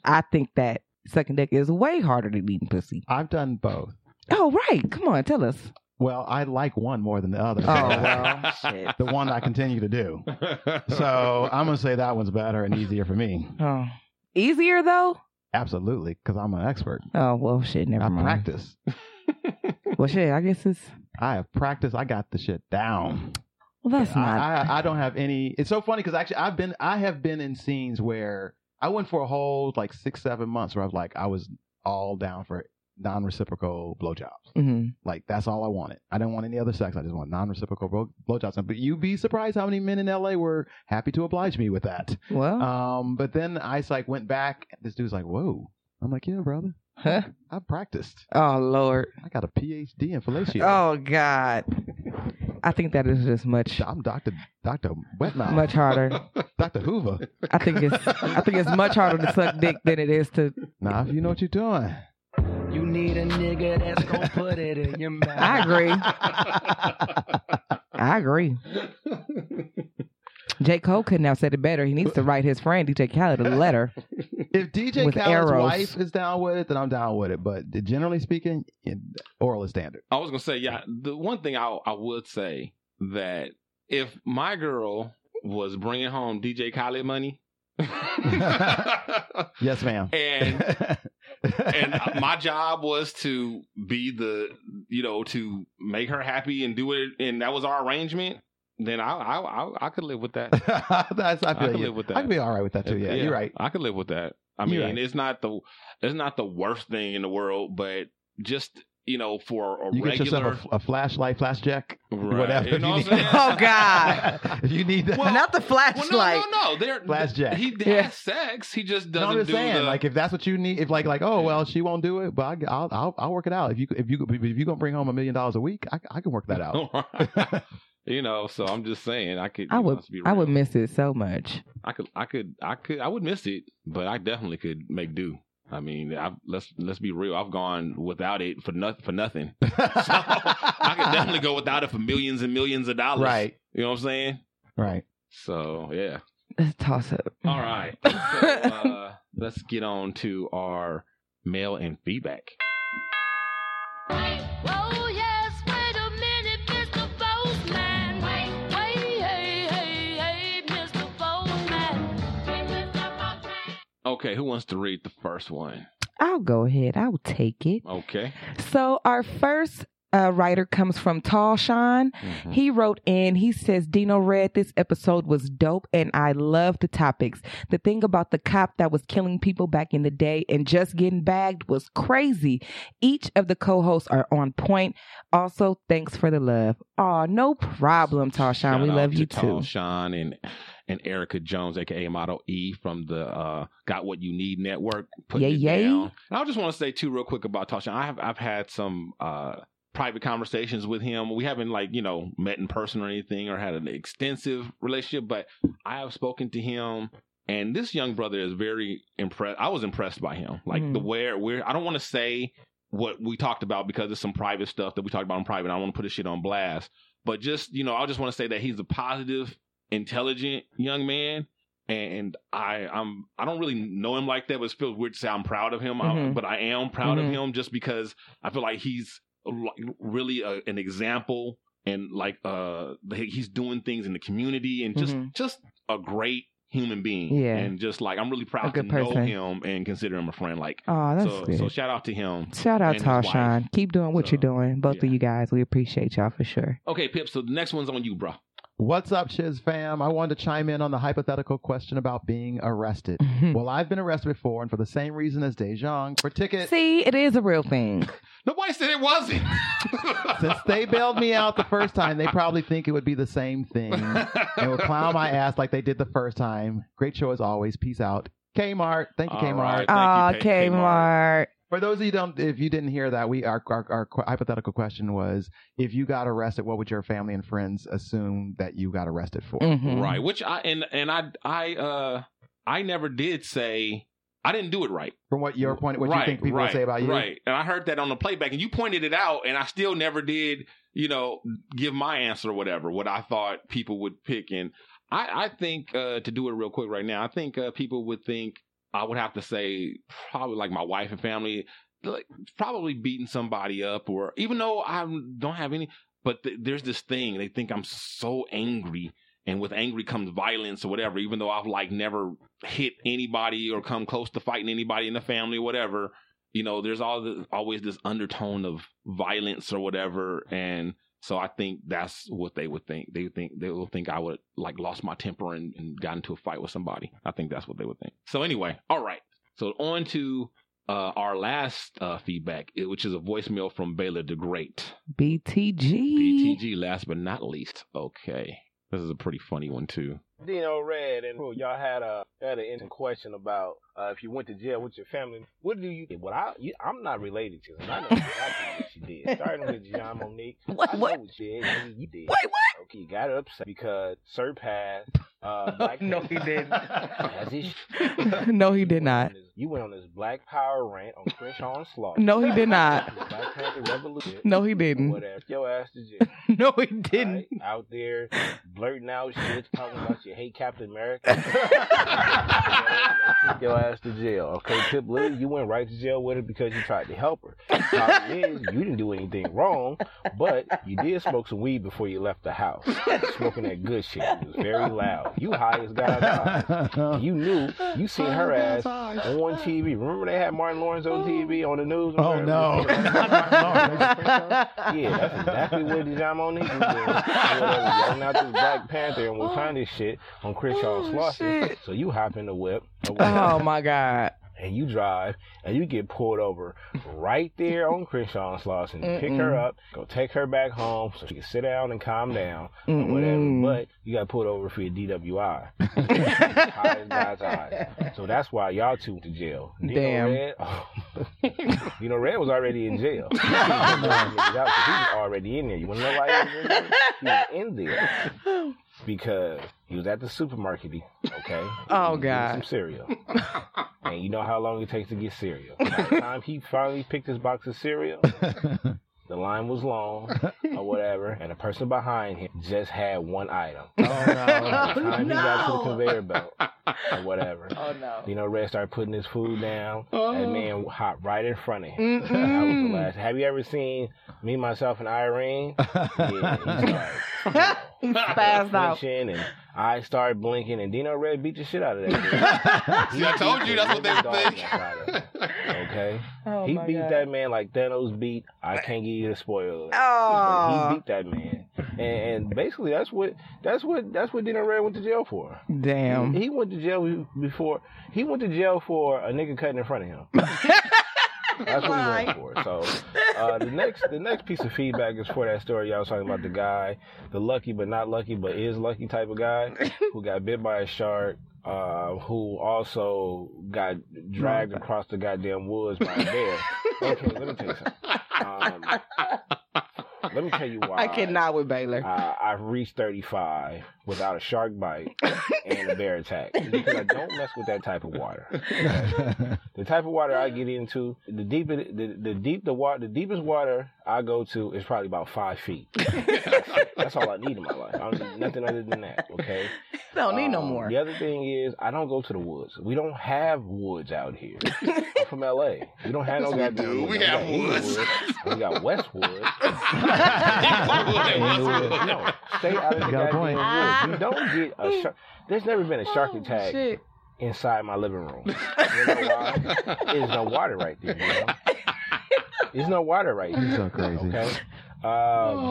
I think that sucking dick is way harder than eating pussy.
I've done both.
Oh right, come on, tell us.
Well, I like one more than the other.
Oh,
[laughs]
[laughs]
well,
the one I continue to do. So I'm gonna say that one's better and easier for me.
Oh, easier though.
Absolutely, because I'm an expert.
Oh well, shit. Never
I
mind.
practice.
well, shit. I guess it's.
I have practice. I got the shit down.
Well, that's
I,
not.
I, I don't have any. It's so funny because actually, I've been. I have been in scenes where I went for a whole like six, seven months where I was like, I was all down for non-reciprocal blowjobs.
Mhm.
Like that's all I wanted. I didn't want any other sex. I just want non-reciprocal blow, blowjobs. But you'd be surprised how many men in LA were happy to oblige me with that.
Well,
um, but then I just, like went back. This dude's like, "Whoa!" I'm like, "Yeah, brother,
huh?
I practiced.
Oh Lord.
I got a PhD in fellatio.
Oh God. I think that is just much.
I'm Doctor Doctor Wetmouth.
Much harder.
Doctor Hoover.
I think it's. I think it's much harder to suck dick than it is to.
Now, if you know what you're
[laughs]
doing,
You need a nigga that's gonna put it in your mouth.
I agree. I agree. J. Cole couldn't have said it better. He needs to write his friend DJ Khaled a letter.
if DJ
With
Khaled's
arrows.
wife is down with it, then I'm down with it. But generally speaking, it- oral is standard.
I was gonna say, yeah. The one thing I I would say that if my girl was bringing home DJ Khaled
[laughs]
money, [laughs]
Yes, ma'am.
and and uh, my job was to be the you know to make her happy and do it, and that was our arrangement. Then I I I, I could live with that.
That's, I,
I
feel
can
you.
live with that.
I can be all right with that [laughs] too. Yeah, you're right.
I could live with that. I mean,
You're right.
it's not the it's not the worst thing in the world, but just you know for a
You get
regular
yourself a, a flashlight, flash jack,
[laughs] Right.
whatever.
You
if
know what
need-
I'm
[laughs]
saying? [laughs] Oh,
God.
if you need that,
Well, Not
the
Well, no, no, no. They're
Last Jack.
He has
Yeah.
sex. He just
No,
doesn't
I'm just
do
saying,
the. [laughs]
like if that's what you need, if like like oh well, she won't do it, but I, I'll, I'll I'll work it out. If you if you if you gonna bring home a million dollars a week, I, I can
[laughs]
work that out.
you know, so I'm just saying, I could.
I
you know,
would.
let's be
I
real.
would miss it so much.
I could. I could. I could. I would miss it, but I definitely could make do. I mean, I've, let's let's be real. I've gone without it for nothing. For nothing, so I could definitely go without it for millions and millions of dollars.
Right.
You know what I'm saying?
Right.
So yeah.
It's a toss up.
All right. So, uh, let's get on to our mail and feedback.
Oh yes, wait a minute, Mr. Postman. Wait, wait, hey, hey, hey, Mr. Postman. Hey, Mr. Postman.
Okay, who wants to read the first one?
I'll go ahead. I'll take it.
Okay.
So our first uh, writer comes from Tall Sean. He wrote in, he says, Dino Red, this episode was dope and I love the topics. The thing about the cop that was killing people back in the day and just getting bagged was crazy. Each of the co hosts are on point. Also, thanks for the love. Aw, no problem, Tall Sean.
Shout
We
out
love
to
you
Tall
too.
Sean and and Erica Jones, aka Model E, from the uh, Got What You Need Network. putting
Yay,
it
yay.
down. And I just want to say too, real quick about Tall Sean. I have I've had some uh, private conversations with him. We haven't like you know met in person or anything or had an extensive relationship, but I have spoken to him. And this young brother is very impressed. I was impressed by him, like the
Mm-hmm.
where where I don't want to say what we talked about because it's some private stuff that we talked about in private. I don't want to put this shit on blast, but just you know, I just want to say that he's a positive, intelligent young man, and I I'm I don't really know him like that, but it feels weird to say I'm proud of him. I-
Mm-hmm.
Mhm.
but I am proud
Mhm.
of him just because I feel like he's like really a, an example and like uh he- he's doing things in the community and just
Mhm.
just a great human being
Mm-hmm. Yeah.
and just like I'm really
A
proud to
good
know
person.
him and consider him a friend like
Aw, that's
so,
good.
so shout out to him
Shout out
and
to
his wife.
Alshon. Keep doing what you're doing, both of you guys. We appreciate y'all for sure.
Okay, Pip. So the next one's on you, bro.
What's up, Shiz fam? I wanted to chime in on the hypothetical question about being
[laughs]
arrested. well, I've been arrested before, and for the same reason as Dejong for ticket.
[laughs] See, it is a real thing.
Nobody said it wasn't.
[laughs] Since they bailed me out the first time, they probably think it would be the same
[laughs]
thing and [laughs] will clown my ass like they did the first time. Great show as always. Peace out. Kmart. Thank you,
All
Kmart.
right. Thank you, Aw, K- Kmart.
For those of you don't, if you didn't hear that, we our, our our qu- hypothetical question was: If you got arrested, what would your family and friends assume that you got arrested for?
Mm-hmm.
Right. Which I and and I I uh I never did say I didn't do it right.
From what your point, what you think people would say about you?
Right. And I heard that on the playback and you pointed it out and I still never did, you know, give my answer or whatever, what I thought people would pick. And I, I think uh to do it real quick right now, I think uh, people would think I would have to say probably like my wife and family, like probably beating somebody up or even though I don't have any but th- there's this thing they think I'm so angry and with angry comes violence or whatever even though I've like never hit anybody or come close to fighting anybody in the family or whatever you know there's all the, always this undertone of violence or whatever and so I think that's what they would think they would think they will think I would like lost my temper and, and got into a fight with somebody I think that's what they would think so anyway all right so on to uh, our last uh, feedback, it- which is a voicemail from Baylor the Great.
BTG.
BTG, last but not least. Okay. This is a pretty funny one, too.
Dino Red and Crew, y'all had a y'all had an interesting question about uh, if you went to jail with your family. What do you? What I you, I'm not related to, and I know exactly what you
[laughs]
did. Starting with John Monique, I know what? you did. You, you did. Wait, what? Okay, you got upset because surpassed.
[laughs]
Uh, black no, he didn't. [laughs] That's his
no, he did not.
You went on this Black Power rant on Crenshaw and Slaughter.
No, he did not.
The Black Panther Revolution.
No, he didn't.
Whatever. Your ass to jail.
[laughs] No, he didn't.
Out there blurting out shit, talking about you hate Captain
[laughs]
America. Took your ass to jail. Okay, Pip Lee, you went right to jail with her because you tried to help her.
[laughs]
Problem is, you didn't do anything wrong, but you did smoke some weed before you left the house. Smoking that good shit. It was very loud. You high as God. You knew you seen her ass on TV. Remember they had Martin Lawrence on TV on the news. Oh no! yeah, that's exactly what Dejan Monique was doing. Yelling out this Black Panther and Wakanda shit on Chris Shaw's Slauson. So you hop in the whip.
Oh my God.
And you drive and you get pulled over right there on Crenshaw Slauson. and Pick her
Mm-mm. Mm.
up, go take her back home so she can sit down and calm down or
Mm-mm.
whatever. But you got pulled over for your
[laughs]
DWI. High as God's eyes. So that's why y'all two went to jail. Dino
Damn.
Red, oh. [laughs] Dino Red was already in
[laughs]
jail. He was already in there. You want to know why he was in there? He was in there because he was at the supermarket. he- Okay.
Oh,
He was getting
God.
Some cereal. and you know how long it takes to get cereal. By the time he finally picked his box of cereal, the line was long or whatever, and the person behind him just had one item. Oh no! By the time he got to the conveyor belt or whatever,
Oh no!
you know, Red started putting his food down. That
Oh.
man hopped right in front of him. That was the last. Have you ever seen me, myself, and Irene? yeah, he started
He spazzed out.
flinching and I started blinking and Dino Red beat the shit out of that. dude.
See, I told you, that's what they
Dog
think.
knocked out of him, Okay,
Oh,
he
my
beat
God.
that man like Thanos beat. I can't give you the spoiler.
Aw. Oh.
But He beat that man, and, and basically that's what that's what that's what Dino Red went to jail for.
Damn.
He, he went to jail before he went to jail for a nigga cutting in front of him. [laughs] That's what he went for. So uh, the next the next piece of feedback is for that story y'all was talking about the guy, the lucky but not lucky but is lucky type of guy who got bit by a shark, uh, who also got dragged across the goddamn woods by a bear. Okay, let me tell you something. Um, Let me tell you why.
[laughs] I cannot with Baylor.
I, I've reached 35 without a shark bite and a bear
[laughs]
attack because I don't mess with that type of water. the type of water I get into, the deep, it- the, the deep the water, the deepest water I go to is probably about five
[laughs]
feet. That's all I need in my life. I don't need nothing other than that. Okay.
Don't need no
Um,
more.
The other thing is, I don't go to the woods. We don't have woods out
[laughs]
here. I'm from LA. We don't have no
Yes, we
goddamn
do. We
woods.
have
got Inglewood. We got
[laughs]
Westwood. Inglewood. no, stay out of the
Got a
goddamn
point.
woods. You don't get
[laughs]
a shark. There's never been a shark
Oh,
attack inside my living
[laughs]
room. You know why? There's no water right there. You know? There's no water right there.
You're so crazy.
Okay. Um,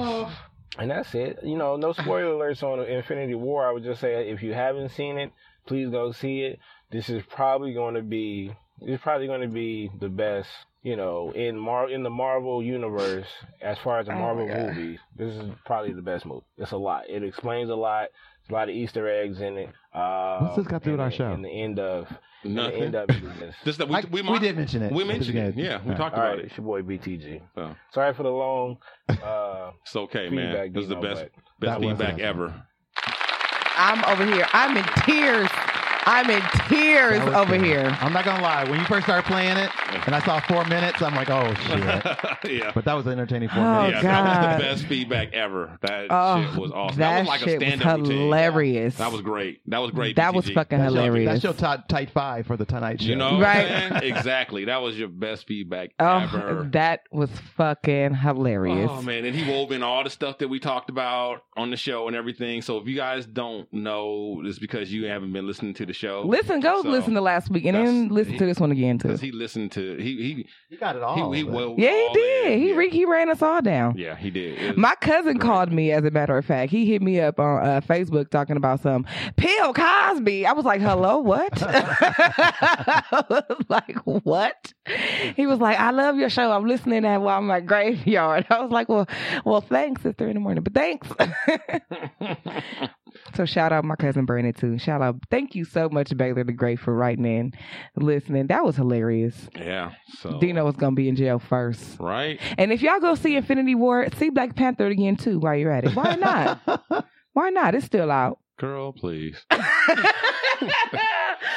And that's it. You
[laughs]
know, no spoiler alerts on Infinity War. I would just say if you haven't seen it, please go see it. This is probably going to be it's probably going to be the best you know in Mar in the Marvel universe as far as a
Oh my
Marvel
God.
movie. This is probably the best movie. It's a lot. It explains a lot. There's a lot of Easter eggs in it. Uh,
What's this got to do with our show?
And the end of and the
Nothing.
end
[laughs]
of it is this.
Just that we,
I-
we,
we
marked-
did mention it
We
at the
mentioned it.
beginning.
Yeah, we
All
talked
All
about
right,
it.
it's your boy BTG.
Oh.
Sorry for the long. Uh,
It's okay,
feedback,
man. This is the
Dino,
best
but-
best feedback ever.
I'm over here. I'm in tears. I'm in tears
That was
over
good.
here.
I'm not gonna lie. When you first started playing it, and I saw four minutes, I'm like, oh shit.
[laughs] yeah.
But that was entertaining four
Oh,
minutes.
yeah, that
God.
was the best feedback ever. That
Oh,
shit was awesome.
that
That, was like
shit
a
was
stand-up routine.
hilarious.
That was great. That was great.
That was
BTG.
fucking
That's your-
hilarious.
that's your top tight five for the Tonight Show.
You know, right?
Right.
exactly. That was your best feedback
Oh,
ever.
that was fucking hilarious.
Oh man, and he wove in all the stuff that we talked about on the show and everything. So if you guys don't know, it's because you haven't been listening to the show.
listen, go
So,
listen to last week and then listen to this one again too.
'cause he listened to he he
he got it
all. He,
[laughs]
wove
yeah, he
all
did.
in.
He re- he ran us all down.
Yeah, he did. It was-
My cousin called me, as a matter of fact. He hit me up on uh, Facebook talking about some Bill Cosby. I was like, hello, what? [laughs] I was like, what? He was like, I love your show. I'm listening at while I'm at graveyard. I was like, well, well, thanks. It's three in the morning,
[laughs]
but thanks. so shout out my cousin Brandon too. Shout out. Thank you so much, Baylor the Great, for writing in, listening. That was hilarious.
yeah. So
Dino was gonna be in jail first.
right.
And if y'all go see Infinity War, see Black Panther again too while you're at it. Why not?
[laughs]
Why not? It's still out.
Girl, please.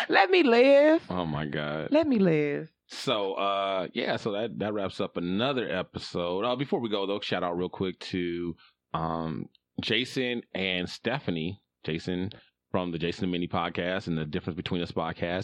Let me live.
Oh my god.
Let me live.
So uh yeah, so that that wraps up another episode. Uh, before we go though, shout out real quick to um Jason and Stephanie. Jason from the Jason and Mini podcast and the Difference Between Us
Mm-hmm.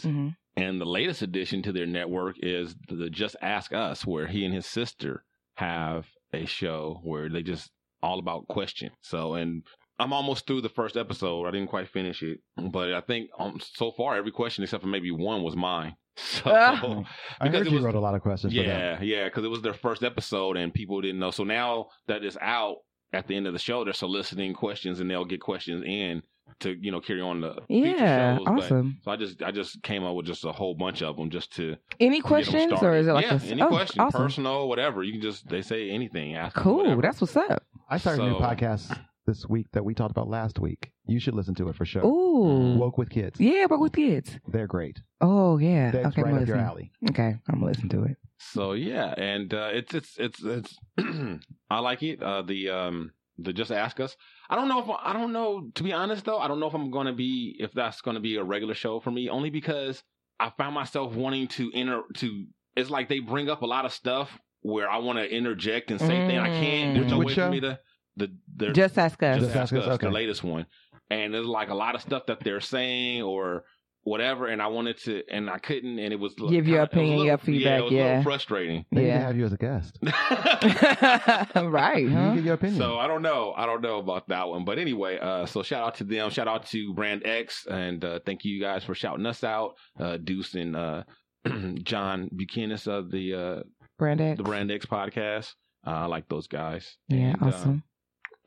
podcast. And the latest addition to their network is the Just Ask Us, where he and his sister have a show where they just all about question. So, and I'm almost through the first episode. I didn't quite finish it, but I think um, so far every question except for maybe one was mine. [laughs] So,
Ah. I
it
heard you
was-
wrote a lot of questions. for that.
yeah, yeah, because it was their first episode and people didn't know. So now that it's out at the end of the show, they're soliciting questions and they'll get questions in to you know carry on the future
Yeah,
shows. But-
awesome.
so I just I just came up with just a whole bunch of them just to get
Any
'em
questions, or
started.
is it like
yeah,
a-
any
oh,
question,
awesome.
personal, whatever. You can just they say anything. Ask 'em
Cool.
whatever.
That's what's up.
I started a new
So-
podcast this week that we talked about last week. You should listen to it for sure.
Ooh.
Woke with kids.
Yeah, but with kids.
They're great.
Oh yeah.
That's
okay,
right
I'm
up your
listening.
alley.
Okay, I'm gonna listen to it.
So yeah, and uh, it's it's it's it's [clears throat] I like it. Uh, the um the just ask us. I don't know if I don't know to be honest though. I don't know if I'm going to be if that's going to be a regular show for me only because I found myself wanting to enter to. It's like they bring up a lot of stuff where I want to interject and say things I can't. There's no
Which
way
show?
for me to. The, their,
Just Ask Us. [laughs]
Just, ask, us. The
okay.
latest one, and there's like a lot of stuff that they're saying or whatever, and I wanted to, and I couldn't, and it was like
Give your
kinda- it was a
opinion,
little-
your
Yeah,
feedback,
it was a little
yeah.
frustrating. [laughs]
They need to
Yeah.
have you as a guest.
right.
Mm-hmm.
Huh?
Give your opinion.
So I don't know. I don't know about that one. But anyway, uh, so shout out to them. Shout out to Brand X. And uh, thank you guys for shouting us out. Uh, Deuce and uh, [clears throat] John Buchanan of the uh,
Brand X.
the Brand X podcast. Uh, I like those guys.
Yeah,
uh,
awesome.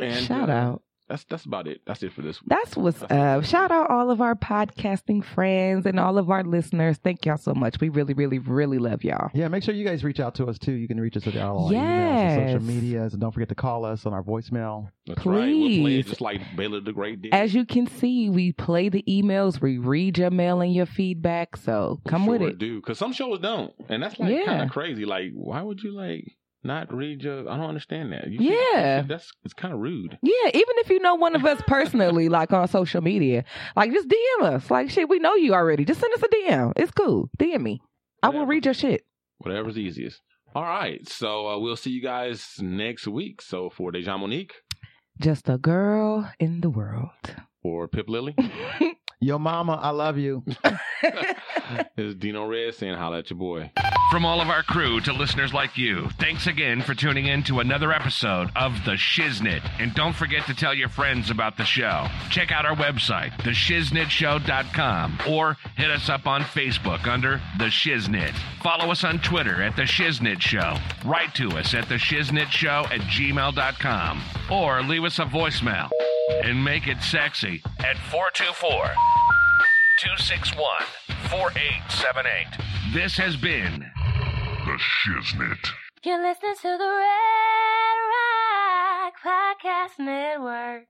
and,
Shout
uh,
out.
That's that's about it. That's it for this. week.
That's what's up. Shout out all of our podcasting friends and all of our listeners. Thank y'all so much. We really, really, really love y'all.
Yeah, make sure you guys reach out to us too. You can reach us at all our
Yes.
emails, and social medias, and don't forget to call us on our voicemail.
That's right. We'll play it
Please.
just like Baylor the Great did.
As you can see, we play the emails, we read your mail and your feedback. So come with
Sure
it.
do because some shows don't, and that's like
Yeah.
kind of crazy. Like, why would you like? not read your? I don't understand that. You
Yeah.
should- that's it's kind of rude.
Yeah, even if you know one of [laughs] us personally, like on social media, like just DM us. Like shit, we know you already. Just send us a DM. It's cool. DM me. I will read your shit.
Whatever's easiest. All right, so uh, we'll see you guys next week. So for Deja Monique,
Just a girl in the world.
for Pip
[laughs]
Lily,
Yo, mama, I love you.
is Dino Red saying holla at your boy.
From all of our crew to listeners like you, thanks again for tuning in to another episode of The Shiznit. And don't forget to tell your friends about the show. Check out our website, theshiznitshow.com, or hit us up on Facebook under The Shiznit. Follow us on Twitter at The Shiznit Show. Write to us at theshiznitshow at gmail.com, or leave us a voicemail and make it sexy at 424 261 4878. This has been The Shiznit.
You're listening to the Red Rock Podcast Network.